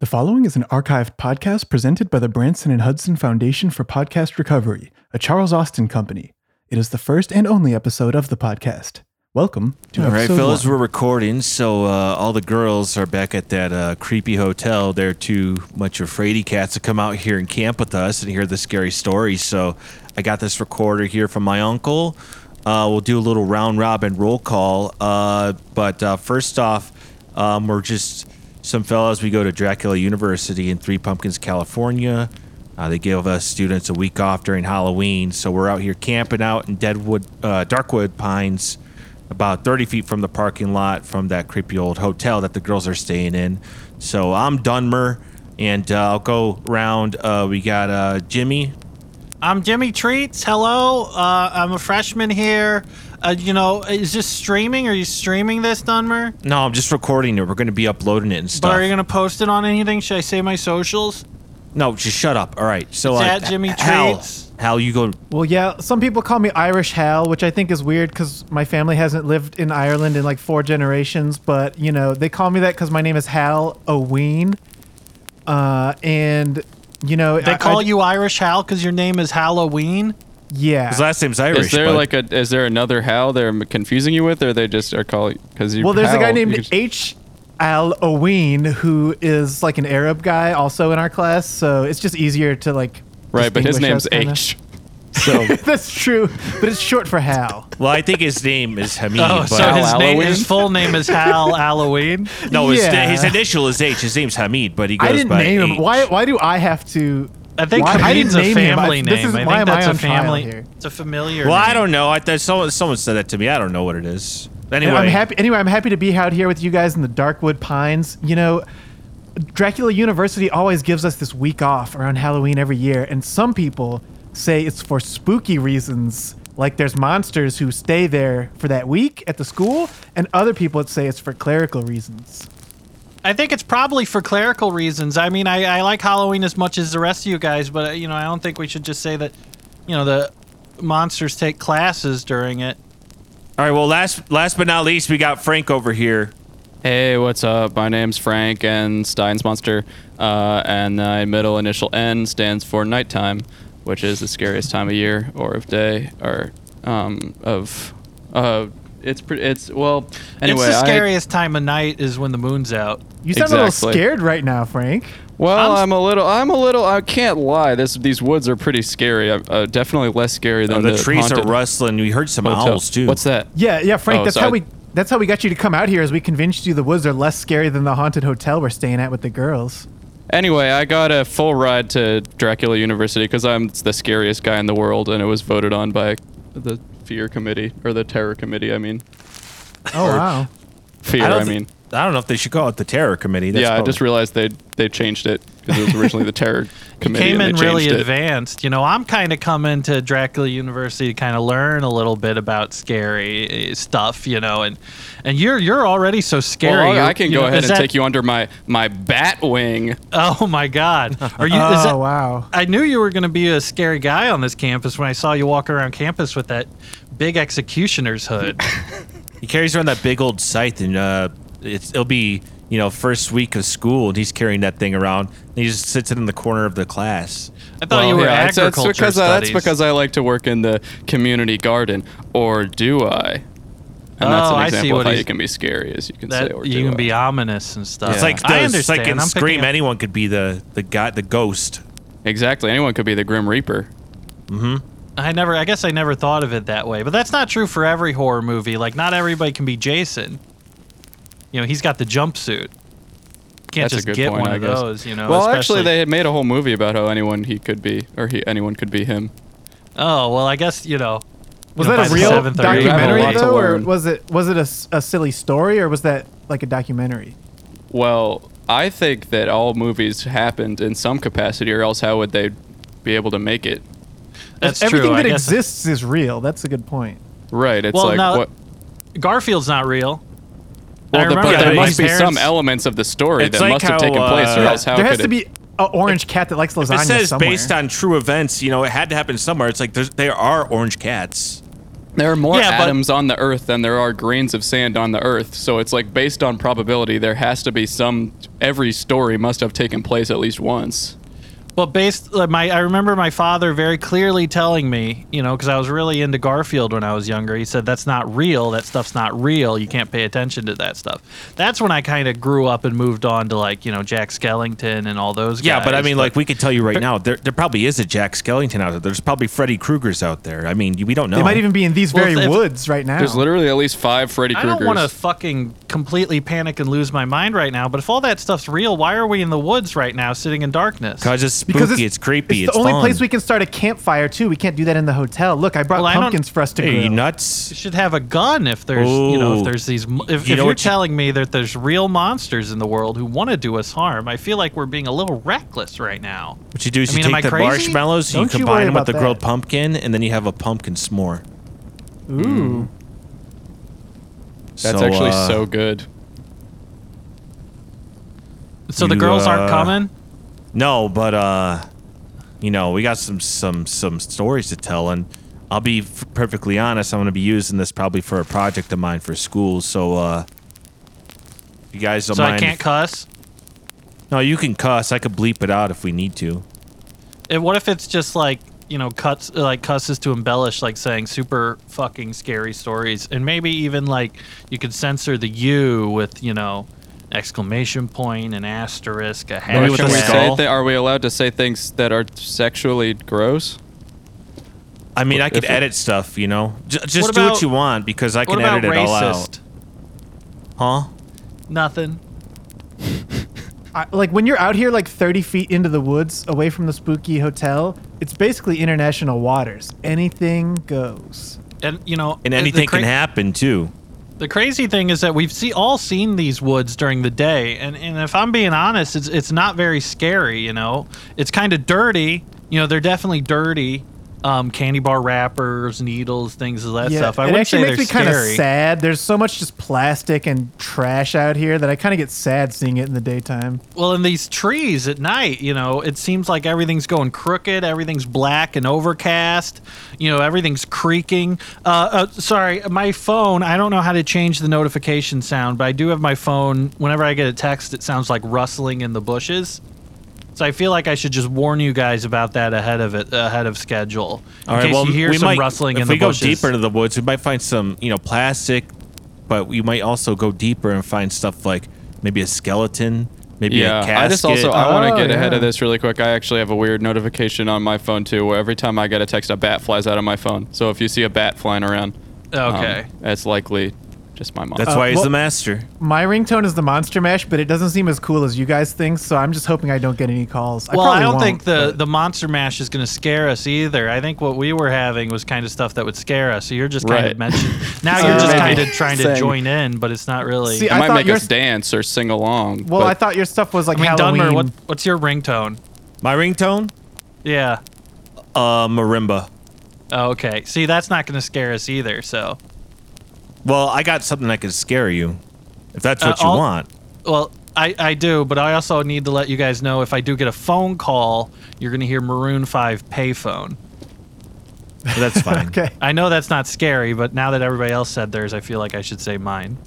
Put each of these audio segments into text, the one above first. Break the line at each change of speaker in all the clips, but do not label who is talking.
The following is an archived podcast presented by the Branson and Hudson Foundation for Podcast Recovery, a Charles Austin company. It is the first and only episode of the podcast. Welcome to
All right,
episode
fellas,
one.
we're recording, so uh, all the girls are back at that uh, creepy hotel. They're too much afraid of cats to come out here and camp with us and hear the scary stories. So I got this recorder here from my uncle. Uh, we'll do a little round robin roll call. Uh, but uh, first off, um, we're just some fellas. We go to Dracula University in Three Pumpkins, California. Uh, they give us students a week off during Halloween, so we're out here camping out in Deadwood, uh, Darkwood Pines about 30 feet from the parking lot from that creepy old hotel that the girls are staying in. So I'm Dunmer, and uh, I'll go round. Uh, we got uh, Jimmy.
I'm Jimmy Treats. Hello. Uh, I'm a freshman here. Uh, you know, is this streaming? Are you streaming this, Dunmer?
No, I'm just recording it. We're going to be uploading it and
But
stuff.
are you going to post it on anything? Should I say my socials?
no, just shut up. All right. So
It's
uh,
at Jimmy
Hal,
Treats.
Hal, you go.
Well, yeah, some people call me Irish Hal, which I think is weird because my family hasn't lived in Ireland in like four generations. But you know, they call me that because my name is Hal Oween, uh, and you know,
They call you Irish Hal because your name is Halloween.
yeah.
His last name's Irish.
Is there
but-
like a is there another Hal they're m- confusing you with, or they just are calling because you?
Well, there's a guy
Hal,
named
you could-
H. Al Oween who is like an Arab guy, also in our class. So it's just easier to like.
right, but his
distinguish
name's
us kinda.
H.
so,
That's true, but it's short for Hal.
well, I think his name is Hamid.
Oh,
but,
so his, name,
Halloween?
his full name is Hal Halloween.
no, his,
Yeah.
his initial is H. His name's Hamid, but he goes
I didn't
by
name
H.
him. Why? Why do I have to?
I think
why, I
Hamid's
didn't
a
name him. I-
family name.
This is,
I think
why am
that's
I on
a family.
trial here?
It's a familiar.
Well,
name.
I don't know. I thought someone someone said that to me. I don't know what it is. Anyway,
I'm happy. Anyway, I'm happy to be out here with you guys in the Darkwood Pines. You know, Dracula University always gives us this week off around Halloween every year, and some people say it's for spooky reasons, like there's monsters who stay there for that week at the school, and other people say it's for clerical reasons.
I think it's probably for clerical reasons. I mean, I, I like Halloween as much as the rest of you guys, but uh, you know, I don't think we should just say that. You know, the monsters take classes during it.
all right. Well, last last but not least, we got Frank over here.
Hey, what's up? My name's Frank, and Stein's monster, uh, and my middle initial N stands for nighttime, which is the scariest time of year or of day or um, of. Uh, it's pretty. It's well. Anyway,
it's the
I-
scariest time of night is when the moon's out.
You sound a little
Exactly.
scared right now, Frank.
Well,
I'm-
I'm, a little. I'm a little. I can't lie. This these woods are pretty scary. Uh, uh, definitely less scary than
Oh, the,
the
trees are
haunted
rustling. We heard some
hotel.
owls too.
What's that?
Yeah, yeah, Frank.
Oh,
that's
so
how
I-
we. That's how we got you to come out here, is we convinced you the woods are less scary than the haunted hotel we're staying at with the girls.
Anyway, I got a full ride to Dracula University because I'm the scariest guy in the world, and it was voted on by the fear committee or the terror committee. I mean,
Oh wow!
fear. I,
thi-
mean,
I don't know if they should call it the terror committee. That's
yeah. I
probably-
just realized they they changed it because it was originally the terror committee.
Came
and
in
they
really
changed it.
advanced. You know, I'm kind of coming to Dracula University to kind of learn a little bit about scary eh, stuff. You know, and and you're you're already so
Well,
scary.
I, I can go ahead and take
you.
you under my my bat wing.
Oh my God! Are you?
oh
is that,
wow!
I knew you were going to be a scary guy on this campus when I saw you walk around campus with that big executioner's hood.
he carries around that big old scythe, and uh, it's, it'll be you know first week of school, and he's carrying that thing around. And he just sits it in the corner of the class.
I thought Oh, you were
yeah, it's-
agriculture
that's because I, that's
studies.
because I like to work in the community garden, or do I? And that's
Oh,
an
I see
example
what
of how
he's-
you can be scary, as you can
that
say, or
you
do
can
I.
be ominous and stuff.
It's like the,
I
it's like
understand.
in
I'm picking
Scream,
up-
anyone could be the the guy, the ghost.
Exactly. Anyone could be the Grim Reaper.
I never. I guess I never thought of it that way. But that's not true for every horror movie. Like not everybody can be Jason. You know, he's got the jumpsuit. Can't
That's
just
a good
get
point.
one
I
of
guess.
those. You know.
Well,
especially-
actually, they had made a whole movie about how anyone he could be, or he anyone could be him.
Oh well, I guess you know.
Was
you know, by
that a
the
real
seventh or eighth-
You have a
documentary
lot to
though, or
learn.
was it was it a, s- a silly story, or was that like a documentary?
Well, I think that all movies happened in some capacity, or else how would they be able to make it?
That's
everything
true. I
that
guess-
exists is real. That's a good point.
Right. It's
Well,
like
now-
what.
Garfield's not real. I
Well, the,
remember
but there
that my
must be some
parents-
elements of the story
It's
that
like
must have
how,
taken place, or
uh,
else how
there
could
has to
it?
be an orange cat that likes lasagna
It says
somewhere.
based on true events. You know, it had to happen somewhere. It's like there's, there are orange cats.
There are more
Yeah, but-
atoms on the Earth than there are grains of sand on the Earth. So it's like based on probability, there has to be some. Every story must have taken place at least once.
Well, based like my, I remember my father very clearly telling me, you know, because I was really into Garfield when I was younger. He said, "That's not real. That stuff's not real. You can't pay attention to that stuff." That's when I kind of grew up and moved on to like you know Jack Skellington and all those.
Yeah, but I
guys.
mean, like we could tell you right now, there, there probably is a Jack Skellington out there. There's probably Freddy Krueger's out there. I mean, you- we don't know.
They might even be in these
Well,
very
if-
woods right now.
There's literally at least five Freddy
I don't
Kruegers.
want to fucking completely panic and lose my mind right now. But if all that stuff's real, why are we in the woods right now, sitting in darkness?
because it's spooky, it's, creepy,
It's,
it's,
the only
fun.
place we can start a campfire too. We can't do that in the hotel. Look, I brought
Well, I don't-
pumpkins for us to
Hey,
grill.
you
You
nuts?
should have a gun if there's you know if
Ooh.
there's these mo- if,
You
if
know
you're
what you-
telling me that there's real monsters in the world who want to do us harm i feel like we're being a little reckless right now
What you do is
I
you
mean, am I
take the
crazy?
marshmallows, you
Don't you worry
combine them with
about
the
that.
grilled pumpkin, and then you have a pumpkin s'more. Mm.
Ooh.
That's
So,
actually
uh,
so good.
so the
You,
girls
uh,
aren't coming
No, but uh, you know, we got some some some stories to tell, and I'll be f- perfectly honest. I'm going to be using this probably for a project of mine for school. So, uh, you guys don't
so
mind?
i can't
if-
cuss
No, you can cuss. I could bleep it out if we need to.
and what if it's just like you know cuts like cusses to embellish like saying super fucking scary stories and maybe even like you could censor the u with you know exclamation point an asterisk a
Maybe with
Can
a
we
hashtag.
say
skull?
thi- are we allowed to say things that are sexually gross?
I mean, I could
If it-
edit stuff, you know. J- just
What
do
about-
what you want because I
what
can
about
edit it all
racist
out. Huh?
nothing
I, like when you're out here like 30 feet into the woods away from the spooky hotel, it's basically international waters. Anything goes.
and you know
And
the- the
anything
cra-
can happen too.
The crazy thing is that we've see, all seen these woods during the day, and, and if I'm being honest, it's it's not very scary. You know, it's kind of dirty. You know, they're definitely dirty. Um, candy bar wrappers, needles, things of that stuff. I
it
wouldn't
actually
say
makes me
they're
kind of
scary.
sad. There's so much just plastic and trash out here that I kind of get sad seeing it in the daytime.
Well, in these trees at night, you know, it seems like everything's going crooked. Everything's black and overcast. You know, everything's creaking. Uh, uh, sorry, my phone. I don't know how to change the notification sound, but I do have my phone. Whenever I get a text, it sounds like rustling in the bushes. So I feel like I should just warn you guys about that ahead of it, ahead of schedule. In
All right.
case
well,
you hear
we
some
might,
rustling
if
in
we
the
go
bushes.
deeper into the woods, we might find some, you know, plastic, but we might also go deeper and find stuff like maybe a skeleton, maybe a
yeah,
casket.
I just also I want
Oh,
to get ahead
yeah.
of this really quick. I actually have a weird notification on my phone too, where every time I get a text, a bat flies out of my phone. So if you see a bat flying around, um,
Okay.
that's likely just my mom.
That's
Uh,
why he's
well-
the master.
My ringtone is the Monster Mash, but it doesn't seem as cool as you guys think, so I'm just hoping I don't get any calls.
well,
probably
I don't
won't,
think the,
but-
the monster mash is going to scare us either. I think what we were having was kind of stuff that would scare us. So you're just kind
Right.
of mentioning. Now
So
you're just
maybe
kind of trying to
saying-
join in, but it's not really.
See,
it
I
might
thought
make
your-
us dance or sing along.
Well,
but
I thought your stuff was like
I mean,
Halloween.
Dunmer, what, what's your ringtone?
My ringtone,
Yeah.
uh, marimba.
Oh, okay. See, that's not going to scare us either. So,
Well, I got something that could scare you, if that's
Uh,
what you
all-
want.
well, I, I do, but I also need to let you guys know if I do get a phone call, you're going to hear Maroon 5 payphone.
But that's fine.
Okay.
I know that's not scary, but now that everybody else said theirs, I feel like I should say mine.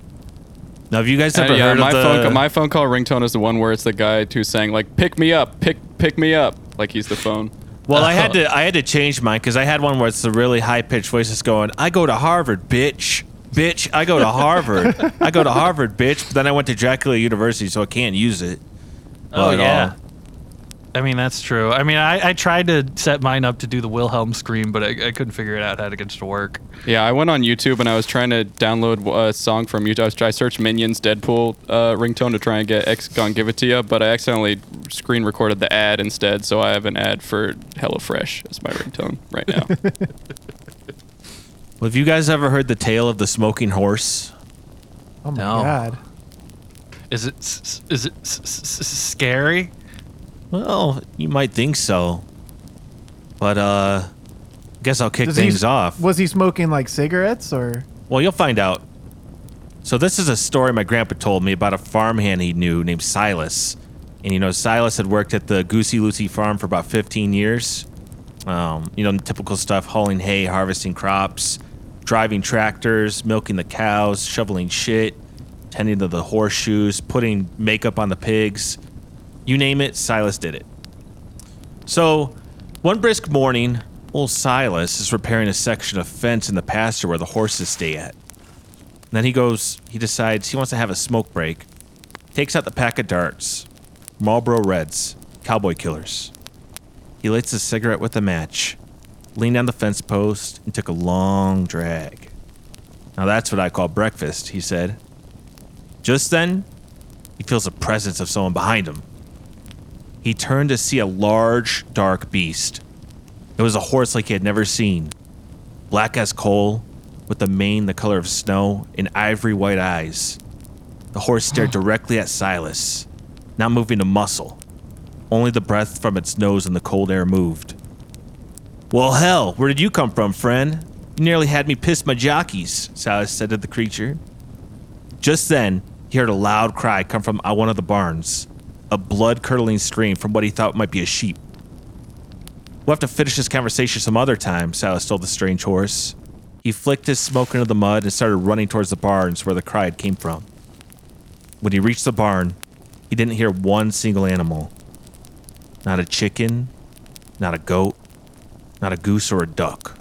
Now, have you guys
Uh,
ever
yeah,
heard
my
of the?
phone ca- my phone call ringtone is the one where it's the guy who's saying like pick me up, pick pick me up, like he's the phone.
Well, I
Oh.
had to I had to change mine because I had one where it's a really high pitched voice that's going, "I go to Harvard, bitch, bitch. I go to Harvard. I go to Harvard, bitch." But then I went to Dracula University, so I can't use it.
Oh
But, uh,
yeah. I mean that's true. I mean I, I tried to set mine up to do the Wilhelm scream, but I, I couldn't figure it out how to get it to work.
Yeah, I went on YouTube and I was trying to download a song from YouTube. I, was- I searched Minions Deadpool uh, ringtone to try and get X Gone Give It To You, but I accidentally screen recorded the ad instead, so I have an ad for HelloFresh as my ringtone right now.
Well, have you guys ever heard the tale of the smoking horse?
Oh my
No.
god.
Is it s- s- is it s- s- s- scary?
Well, you might think so, but uh, guess I'll kick
Does
things off.
Was he smoking like cigarettes or?
Well, you'll find out. So this is a story my grandpa told me about a farmhand he knew named Silas. And you know, Silas had worked at the Goosey Lucy farm for about 15 years. Um, you know, typical stuff, hauling hay, harvesting crops. driving tractors, milking the cows, shoveling shit, tending to the horseshoes, putting makeup on the pigs. You name it, Silas did it. So, one brisk morning, old Silas is repairing a section of fence in the pasture where the horses stay at. And then he goes, he decides he wants to have a smoke break, takes out the pack of darts, Marlboro Reds, cowboy killers. He lights a cigarette with a match, leaned on the fence post, and took a long drag. Now that's what I call breakfast, he said. Just then, he feels the presence of someone behind him. He turned to see a large, dark beast. It was a horse like he had never seen, black as coal, with a mane the color of snow and ivory white eyes. The horse stared directly at Silas, not moving a muscle. Only the breath from its nose and the cold air moved. Well, hell, where did you come from, friend? You nearly had me piss my jockeys, Silas said to the creature. Just then, he heard a loud cry come from out one of the barns, a blood curdling scream from what he thought might be a sheep. We'll have to finish this conversation some other time, Silas told the strange horse. He flicked his smoke into the mud and started running towards the barns where the cry had came from. When he reached the barn, he didn't hear one single animal. Not a chicken, not a goat, not a goose or a duck.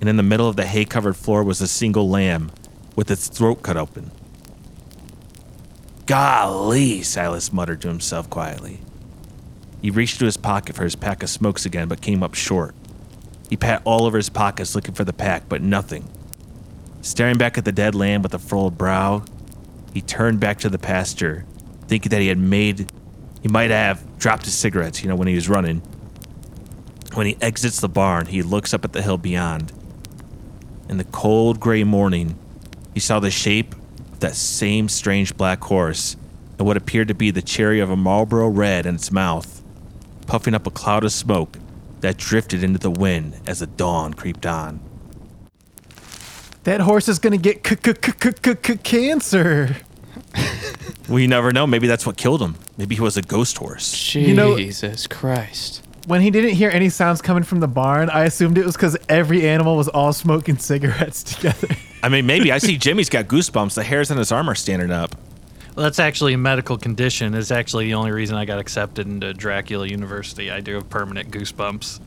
And in the middle of the hay covered floor was a single lamb with its throat cut open. Golly, Silas muttered to himself quietly. He reached to his pocket for his pack of smokes again, but came up short. He pat all over his pockets looking for the pack, but nothing. Staring back at the dead lamb with a furrowed brow, he turned back to the pasture, thinking that he had made, he might have dropped his cigarettes, you know, when he was running. When he exits the barn, he looks up at the hill beyond. In the cold gray morning, he saw the shape of that same strange black horse and what appeared to be the cherry of a Marlboro red in its mouth, puffing up a cloud of smoke that drifted into the wind as the dawn creeped on.
That horse is gonna get c- c- c- c- c- c- cancer.
We never know. Maybe that's what killed him. Maybe he was a ghost horse.
You know-
Jesus Christ.
When he didn't hear any sounds coming from the barn, I assumed it was because every animal was all smoking cigarettes together.
I mean, maybe. I see Jimmy's got goosebumps. The hairs on his arm are standing up.
Well, that's actually a medical condition. Is actually the only reason I got accepted into Dracula University. I do have permanent goosebumps.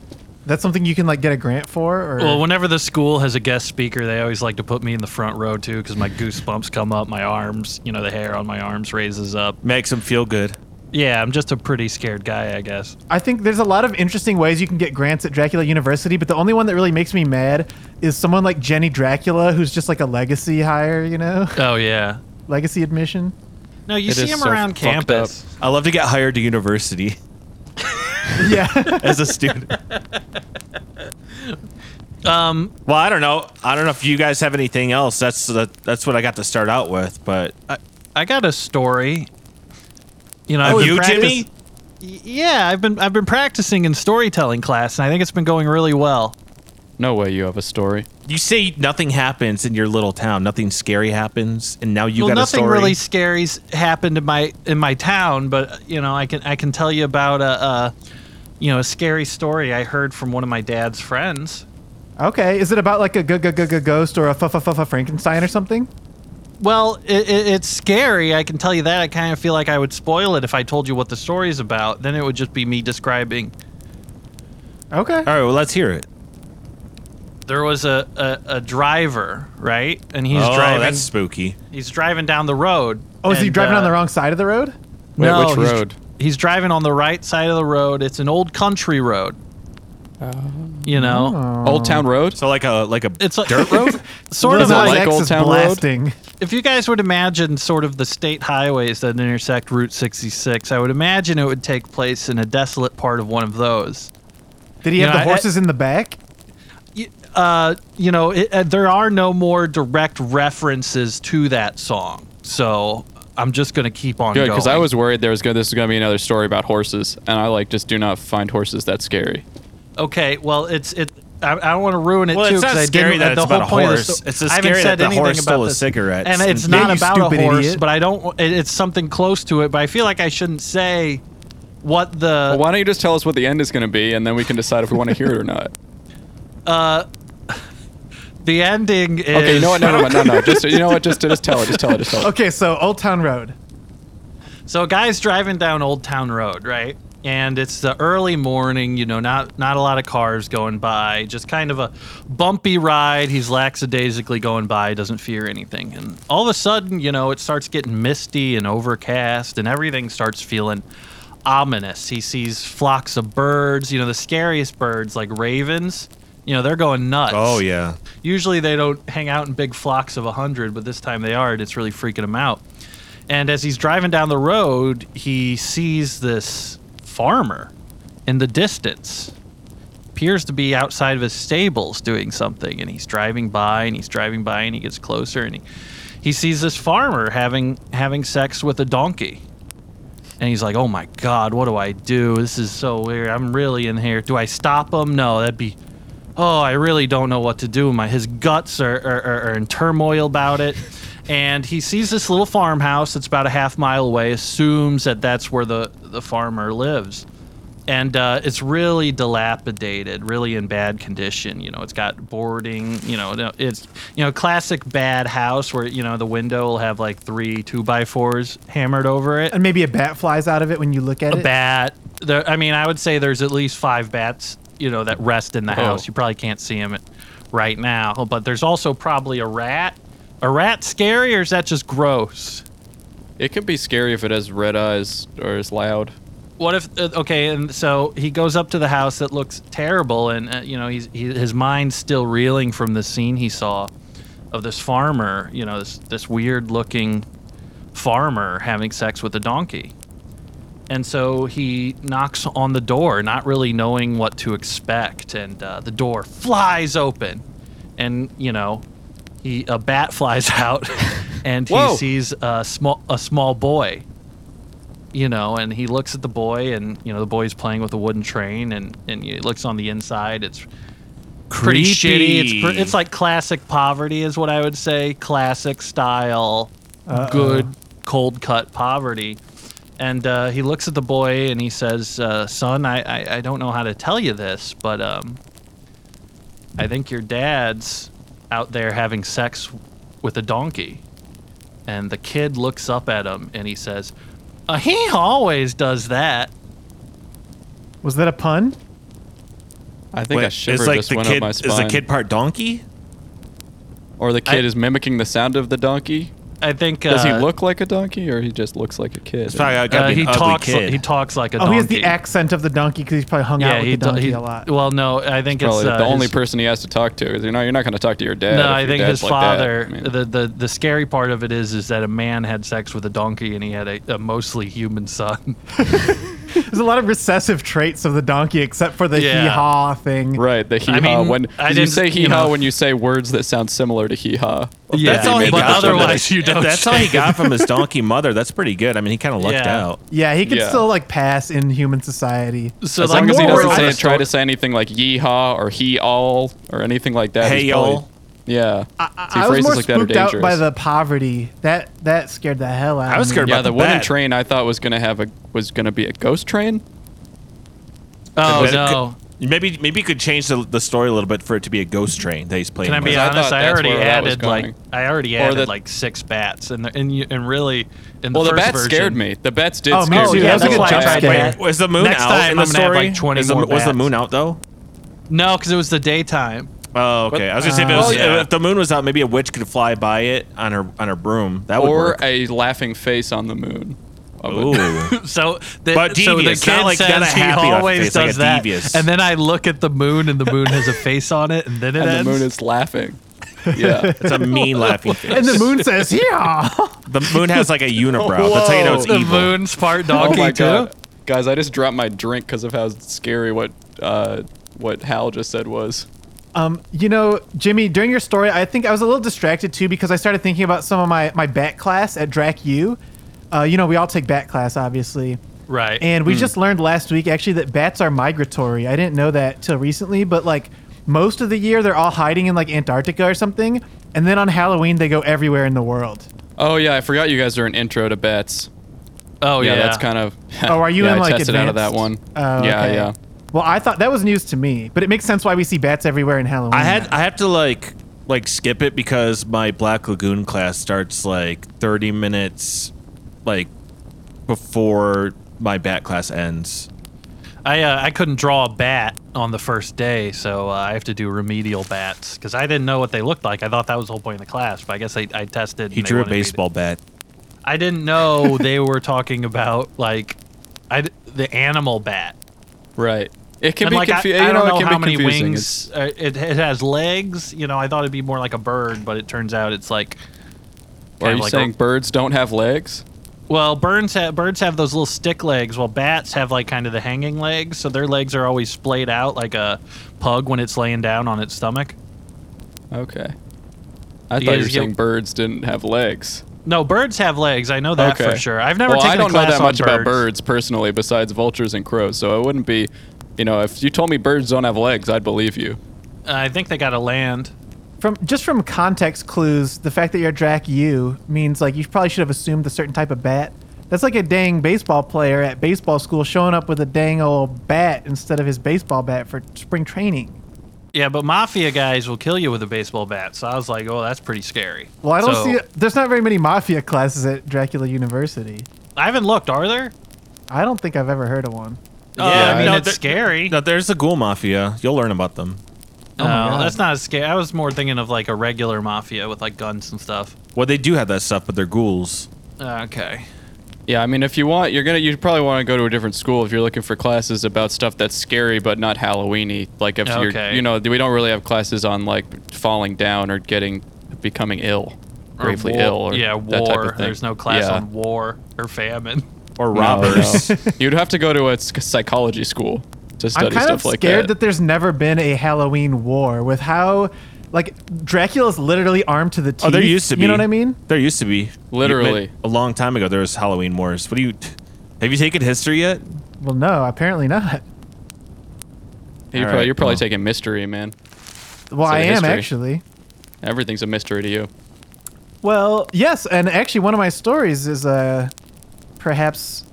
That's something you can like get a grant for, or
Well, whenever the school has a guest speaker, they always like to put me in the front row too, because my goosebumps come up, my arms, you know, the hair on my arms raises up.
Makes him feel good.
Yeah, I'm just a pretty scared guy, I guess.
I think there's a lot of interesting ways you can get grants at Dracula University, but the only one that really makes me mad is someone like Jenny Dracula, who's just like a legacy hire, you know,
Oh yeah.
legacy admission.
No, you
It
see
is
him
so
around
fucked up.
campus.
I love to get hired to university
Yeah,
as a student. um.
Um,
Well, I don't know. I don't know if you guys have anything else. That's the, that's what I got to start out with. But uh,
I, I got a story. You know,
have
I've been
Oh, you,
practic-
Jimmy?
Y- Yeah, I've been I've been practicing in storytelling class, and I think it's been going really well.
No way you have a story.
You say nothing happens in your little town. Nothing scary happens, and now you
well,
got
nothing
a story.
really scary's happened in my in my town, but you know, I can I can tell you about a, a you know a scary story I heard from one of my dad's friends.
okay. Is it about like a g- g- g- g- ghost or a f- f- f- f- Frankenstein or something?
Well, it, it, it's scary. I can tell you that. I kind of feel like I would spoil it if I told you what the story's about. Then it would just be me describing
Okay.
Uh,
All right. Well, let's hear it.
there was a, a, a driver, right? And he's
oh,
driving.
that's spooky.
He's driving down the road.
Oh, is he
and,
driving on
uh,
the wrong side of the road?
Wait,
no,
which
he's-
road?
He's driving on the right side of the road. It's an old country road.
Oh.
you know,
Uh,
Old Town Road?
So like a like a
it's like
dirt road.
sort
Does
of
it
like,
like Old
is
Town Road?
blasting.
if you guys would imagine sort of the state highways that intersect Route 66, I would imagine it would take place in a desolate part of one of those.
Did he
You
have
know,
the
I-
horses in the back?
Y- Uh, you know, it, uh, there are no more direct references to that song, so I'm just gonna keep on
Good,
going.
because I was worried there was going this was going to be another story about horses, and I like just do not find horses that scary.
Okay, well, it's it. I, I don't want to ruin it
Well,
too
it's not
I
scary
didn't, uh,
that
the
it's about
whole
a
point of
horse.
the sto-
It's just
I haven't
scary
said
that the
anything
horse
about
stole his
this.
cigarettes
and it's
and-
Yeah,
not
you
about a
stupid
horse,
idiot.
but I don't. It, it's something close to it, but I feel like I shouldn't say what the
Well, why don't you just tell us what the end is going to be, and then we can decide if we want to hear it or not.
The ending is
Okay, you know what? No, no, no, no. Just you know what? Just just tell it. Just tell it. Just tell it.
Okay, so Old Town Road.
So a guy's driving down Old Town Road, right? And it's the early morning, you know, not not a lot of cars going by, just kind of a bumpy ride. He's lackadaisically going by, doesn't fear anything. And all of a sudden, you know, it starts getting misty and overcast and everything starts feeling ominous. He sees flocks of birds, you know, the scariest birds like ravens. You know, they're going nuts.
Oh yeah.
Usually they don't hang out in big flocks of 100, but this time they are, and it's really freaking him out. And as he's driving down the road, he sees this farmer in the distance. Appears to be outside of his stables doing something, and he's driving by and he's driving by and he gets closer and he, he sees this farmer having having sex with a donkey. And he's like, "Oh my god, what do I do? This is so weird. I'm really in here. Do I stop him? No, that'd be oh, I really don't know what to do. My his guts are, are, are, are in turmoil about it. And he sees this little farmhouse that's about a half mile away, assumes that that's where the, the farmer lives. And uh, it's really dilapidated, really in bad condition. You know, it's got boarding. You know, it's you know classic bad house where you know the window will have like three two by fours hammered over it.
And maybe a bat flies out of it when you look at
A
it.
bat. There, I mean, I would say there's at least five bats, you know, that rest in the house. You probably can't see them right now, but there's also probably a rat. A rat scary, or is that just gross?
It can be scary if it has red eyes or is loud.
What if? Uh, okay, and so he goes up to the house that looks terrible, and uh, you know, he's he, his mind's still reeling from the scene he saw of this farmer. You know, this this weird looking farmer having sex with a donkey. And so he knocks on the door, not really knowing what to expect. And uh, the door flies open. And, you know, he a bat flies out and
Whoa.
he sees a small, a small boy. You know, and he looks at the boy, and, you know, the boy's playing with a wooden train, and, and he looks on the inside. It's pretty shitty. It's,
Creepy.
pr- it's like classic poverty, is what I would say. Classic style, good cold cut poverty. And uh, he looks at the boy and he says, uh, "Son, I, I I don't know how to tell you this, but um, I think your dad's out there having sex with a donkey." And the kid looks up at him and he says, uh, "He always does that."
Was that a pun?
I think
Wait,
a shiver
it's like
just
the
went
kid
up my
is
spine.
the kid part donkey?
or the kid
I-
is mimicking the sound of the donkey.
I think. Uh,
Does he look like a donkey or he just looks like a kid?
It's probably gotta
Uh,
be
he
an ugly
talks.
kid.
He talks like a
Oh,
donkey.
he has the accent of the donkey because he's probably hung out with the
do-
donkey a lot.
Well, no, I think it's,
Probably
uh,
the only
his-
person he has to talk to. You're not, you're not going to talk to your dad. if
No, I
your
think
dad's
his
like that.
father.
I mean,
the, the the scary part of it is is that a man had sex with a donkey and he had a, a mostly human son.
There's a lot of recessive traits of the donkey, except for the
Yeah.
hee haw thing.
right, the hee haw.
mean,
when
I
you
didn't-
say
you
hee haw
know.
when you say words that sound similar to hee haw.
Yeah,
that's all he
but
got. from
otherwise
his-
you don't
That's all he got from his donkey mother. That's pretty good. I mean, he kind of lucked
Yeah.
out.
Yeah, he can
Yeah.
still like pass in human society.
So
As long as he
what
doesn't
we're-
say, try to say anything like yee haw or he all or anything like that.
Hey,
he's probably-
y'all.
Yeah. See,
I was
phrases
more
like that are
spooked out by
dangerous.
the poverty. That that scared the hell out.
I was
of me.
scared
Yeah,
about
the
the,
wooden
bat.
train I thought was gonna have a was gonna be a ghost train.
Oh
But it
no.
could- maybe maybe you could change the, the story a little bit for it to be a ghost train that he's playing.
Can I be
with.
I thought
honest? I,
that's
already
where that was
added like
going.
I already
Or
added
that-
like six bats and the, and you, and really in the
Well, the
first
bats
version,
scared me. The bats did
Oh, me
scare
too.
me.
Yeah, that's
That's
a good
why I
jump
tried
scare.
that.
Wait, was the moon
Next
out
time
in the
I'm gonna have,
story?
like, 20
Is the,
more
was the
bats.
moon out though?
No, because it was the daytime.
Oh, okay. I was gonna say if, it
Uh,
was,
well, yeah.
if the moon was out, maybe a witch could fly by it on her on her broom. That would
Or
work.
a laughing face on the moon. I would-
Ooh.
So, the,
But
so the
devious, not
kid
like- not a
says he
happy on
always
face, like a
does that,
devious.
and then I look at the moon, and the moon has a face on it, and then it
and
ends.
the moon is laughing. Yeah.
it's a mean laughing face.
And the moon says, "Yeah."
The moon has like a unibrow. That's how you know it's
the
evil.
moon's part
oh
donkey
my
too.
god, guys! I just dropped my drink because of how scary what uh, what Hal just said was.
Um, you know, Jimmy, during your story, I think I was a little distracted too because I started thinking about some of my my bat class at Drac U. Uh, you know, we all take bat class, obviously.
Right.
And
Hmm.
we just learned last week actually that bats are migratory. I didn't know that till recently, but like most of the year they're all hiding in like Antarctica or something, and then on Halloween they go everywhere in the world.
Oh yeah, I forgot you guys are an intro to bats.
oh
yeah,
yeah,
that's kind of.
Oh, are you
Uh, yeah,
in
I
like
tested out of that one?
advanced? Oh,
yeah,
okay.
yeah.
Well, I thought that was news to me, but it makes sense why we see bats everywhere in Halloween.
I had
now.
I have to like like skip it because my Black Lagoon class starts like 30 minutes like before my bat class ends.
I uh, I couldn't draw a bat on the first day, so uh, I have to do remedial bats because I didn't know what they looked like. I thought that was the whole point of the class, but I guess I, I tested.
He
and they
drew a
wanted me to-
baseball bat.
I didn't know they were talking about like, I d- the animal bat.
Right. It can
and
be
like I,
confusing.
I
you
don't
know,
know
it can
how
be
many
confusing.
wings uh, it it has legs. You know, I thought it'd be more like a bird, but it turns out it's like.
Or are
kind of
you
like
saying
a-
birds don't have legs?
well, birds have birds have those little stick legs, while bats have like kind of the hanging legs. So their legs are always splayed out like a pug when it's laying down on its stomach.
Okay. I
You
thought you
guys
were
get-
saying birds didn't have legs.
No, birds have legs. I know that
okay.
for sure. I've never
well,
taken
I don't
a class
know that
on
much
birds.
about birds personally, besides vultures and crows. So it wouldn't be, you know, if you told me birds don't have legs, I'd believe you.
I think they got to land.
From just from context clues, the fact that you're a Drac U means like you probably should have assumed a certain type of bat. That's like a dang baseball player at baseball school showing up with a dang old bat instead of his baseball bat for spring training.
Yeah, but mafia guys will kill you with a baseball bat. So I was like, oh, that's pretty scary.
Well, I don't
So-
see. There's not very many mafia classes at Dracula University.
I haven't looked. Are there?
I don't think I've ever heard of one.
Yeah,
Yeah,
I mean
no,
it's
there-
scary.
Now there's the Ghoul Mafia. You'll learn about them.
No,
God.
that's not as scary. I was more thinking of like a regular mafia with like guns and stuff.
Well, they do have that stuff, but they're ghouls.
Okay.
Yeah, I mean, if you want, you're gonna, you probably want to go to a different school if you're looking for classes about stuff that's scary but not Halloweeny. Like if you're,
Okay.
you know, we don't really have classes on like falling down or getting, becoming ill,
Or
gravely
war-
ill, or
yeah, war.
That type of thing.
There's no class
Yeah.
on war or famine.
Or
No,
robbers.
no. You'd have to go to a s- psychology school to study
I'm kind
stuff
of
like
scared that.
that.
there's never been a Halloween war with how, like, Dracula's literally armed to the teeth.
Oh, there used to be.
You know what I mean?
There used to be.
Literally.
A long time ago, there was Halloween wars. What do you? Have you taken history yet?
Well, no, apparently not.
you're,
All
probably,
right,
you're probably
well.
taking mystery, man.
Well,
So
I am
history.
actually.
Everything's a mystery to you.
Well, yes, and actually, one of my stories is uh, perhaps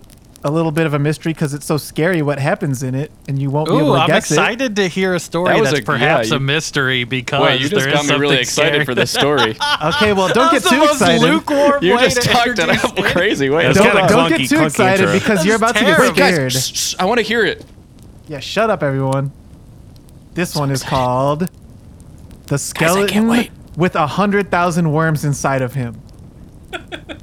a little bit of a mystery because it's so scary what happens in it, and you won't be
Ooh,
able to
I'm
guess it.
excited to hear a story
That was
that's
a-
perhaps
yeah,
a
you-
mystery because
Wait, you just
there Uh, is
got me
something
really excited
scary.
for this story.
Okay, well, don't get
That's the
too
most
excited.
lukewarm
you
way
just
to
talked it
introduce
up crazy. Wait,
That's
hold
Don't,
kinda
on.
don't
clunky,
get too
clunky
excited
intro.
because
That
you're
was
about
terrible.
to get scared.
Guys, shh, shh, I want to hear it.
Yeah, shut up, everyone. This one is called The Skeleton
wait.
with a Hundred Thousand Worms Inside of Him.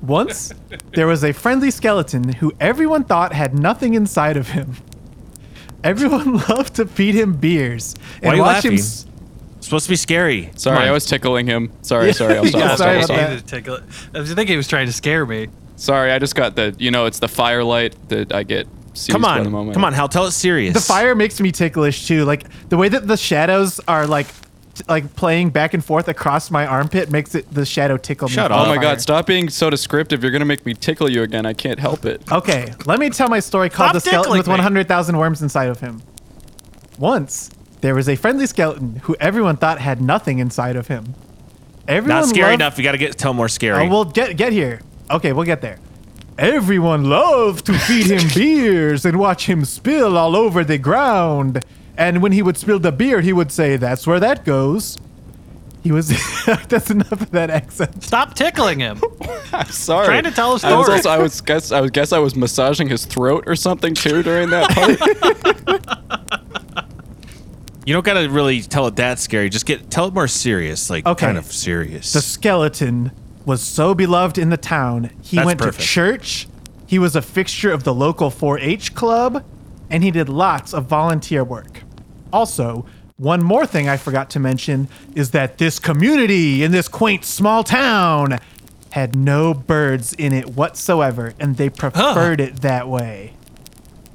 Once, there was a friendly skeleton who everyone thought had nothing inside of him. Everyone loved to feed him beers
Why are
and
you
watch him.
laughing?
s-
It's supposed to be scary.
Sorry, I was tickling him. Sorry, sorry, I'll
Yeah,
stop. I'll stop,
sorry
I'll
about
stop.
that.
I, tickle- I was thinking he was trying to scare me.
Sorry, I just got the, you know, it's the firelight that I get. seized
Come
by
on,
the moment.
come on, Hal. Tell it serious.
The fire makes me ticklish too. Like the way that the shadows are like, t- like playing back and forth across my armpit makes it the shadow tickle me.
Shut
from
up.
Oh
the
my
fire.
god, stop being so descriptive. You're going to make me tickle you again. I can't help it.
Okay, let me tell my story called
Stop
The Skeleton
tickling
with
me.
100,000 Worms Inside of Him. Once, there was a friendly skeleton who everyone thought had nothing inside of him. Everyone
Not scary
loved-
enough. You got to get tell more scary.
Oh, we'll get, get here. Okay, we'll get there. Everyone loved to feed him beers and watch him spill all over the ground. And when he would spill the beer, he would say, That's where that goes. He was. that's enough of that accent.
Stop tickling him.
I'm sorry.
Trying to tell a
I was
story.
also, I was guess, I would guess I was massaging his throat or something too during that part.
you don't got to really tell it that scary. Just get tell it more serious, like
Okay.
kind of serious.
The skeleton was so beloved in the town. He
That's
went
perfect.
to church. He was a fixture of the local 4 H club, and he did lots of volunteer work. Also, one more thing I forgot to mention is that this community in this quaint small town had no birds in it whatsoever, and they preferred it that way.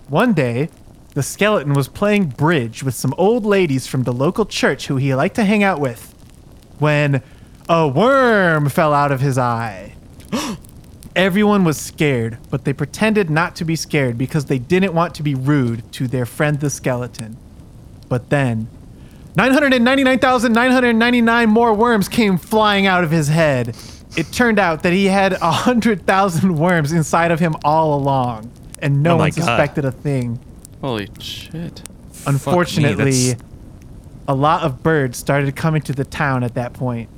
One day, the skeleton was playing bridge with some old ladies from the local church who he liked to hang out with when a worm fell out of his eye. Everyone was scared, but they pretended not to be scared because they didn't want to be rude to their friend the skeleton. But then, 999,999 more worms came flying out of his head. It turned out that he had 100,000 worms inside of him all along, and no
Oh my
one
God.
suspected a thing.
Holy
Fuck me,
shit.
Unfortunately,
that's-
a lot of birds started coming to the town at that point.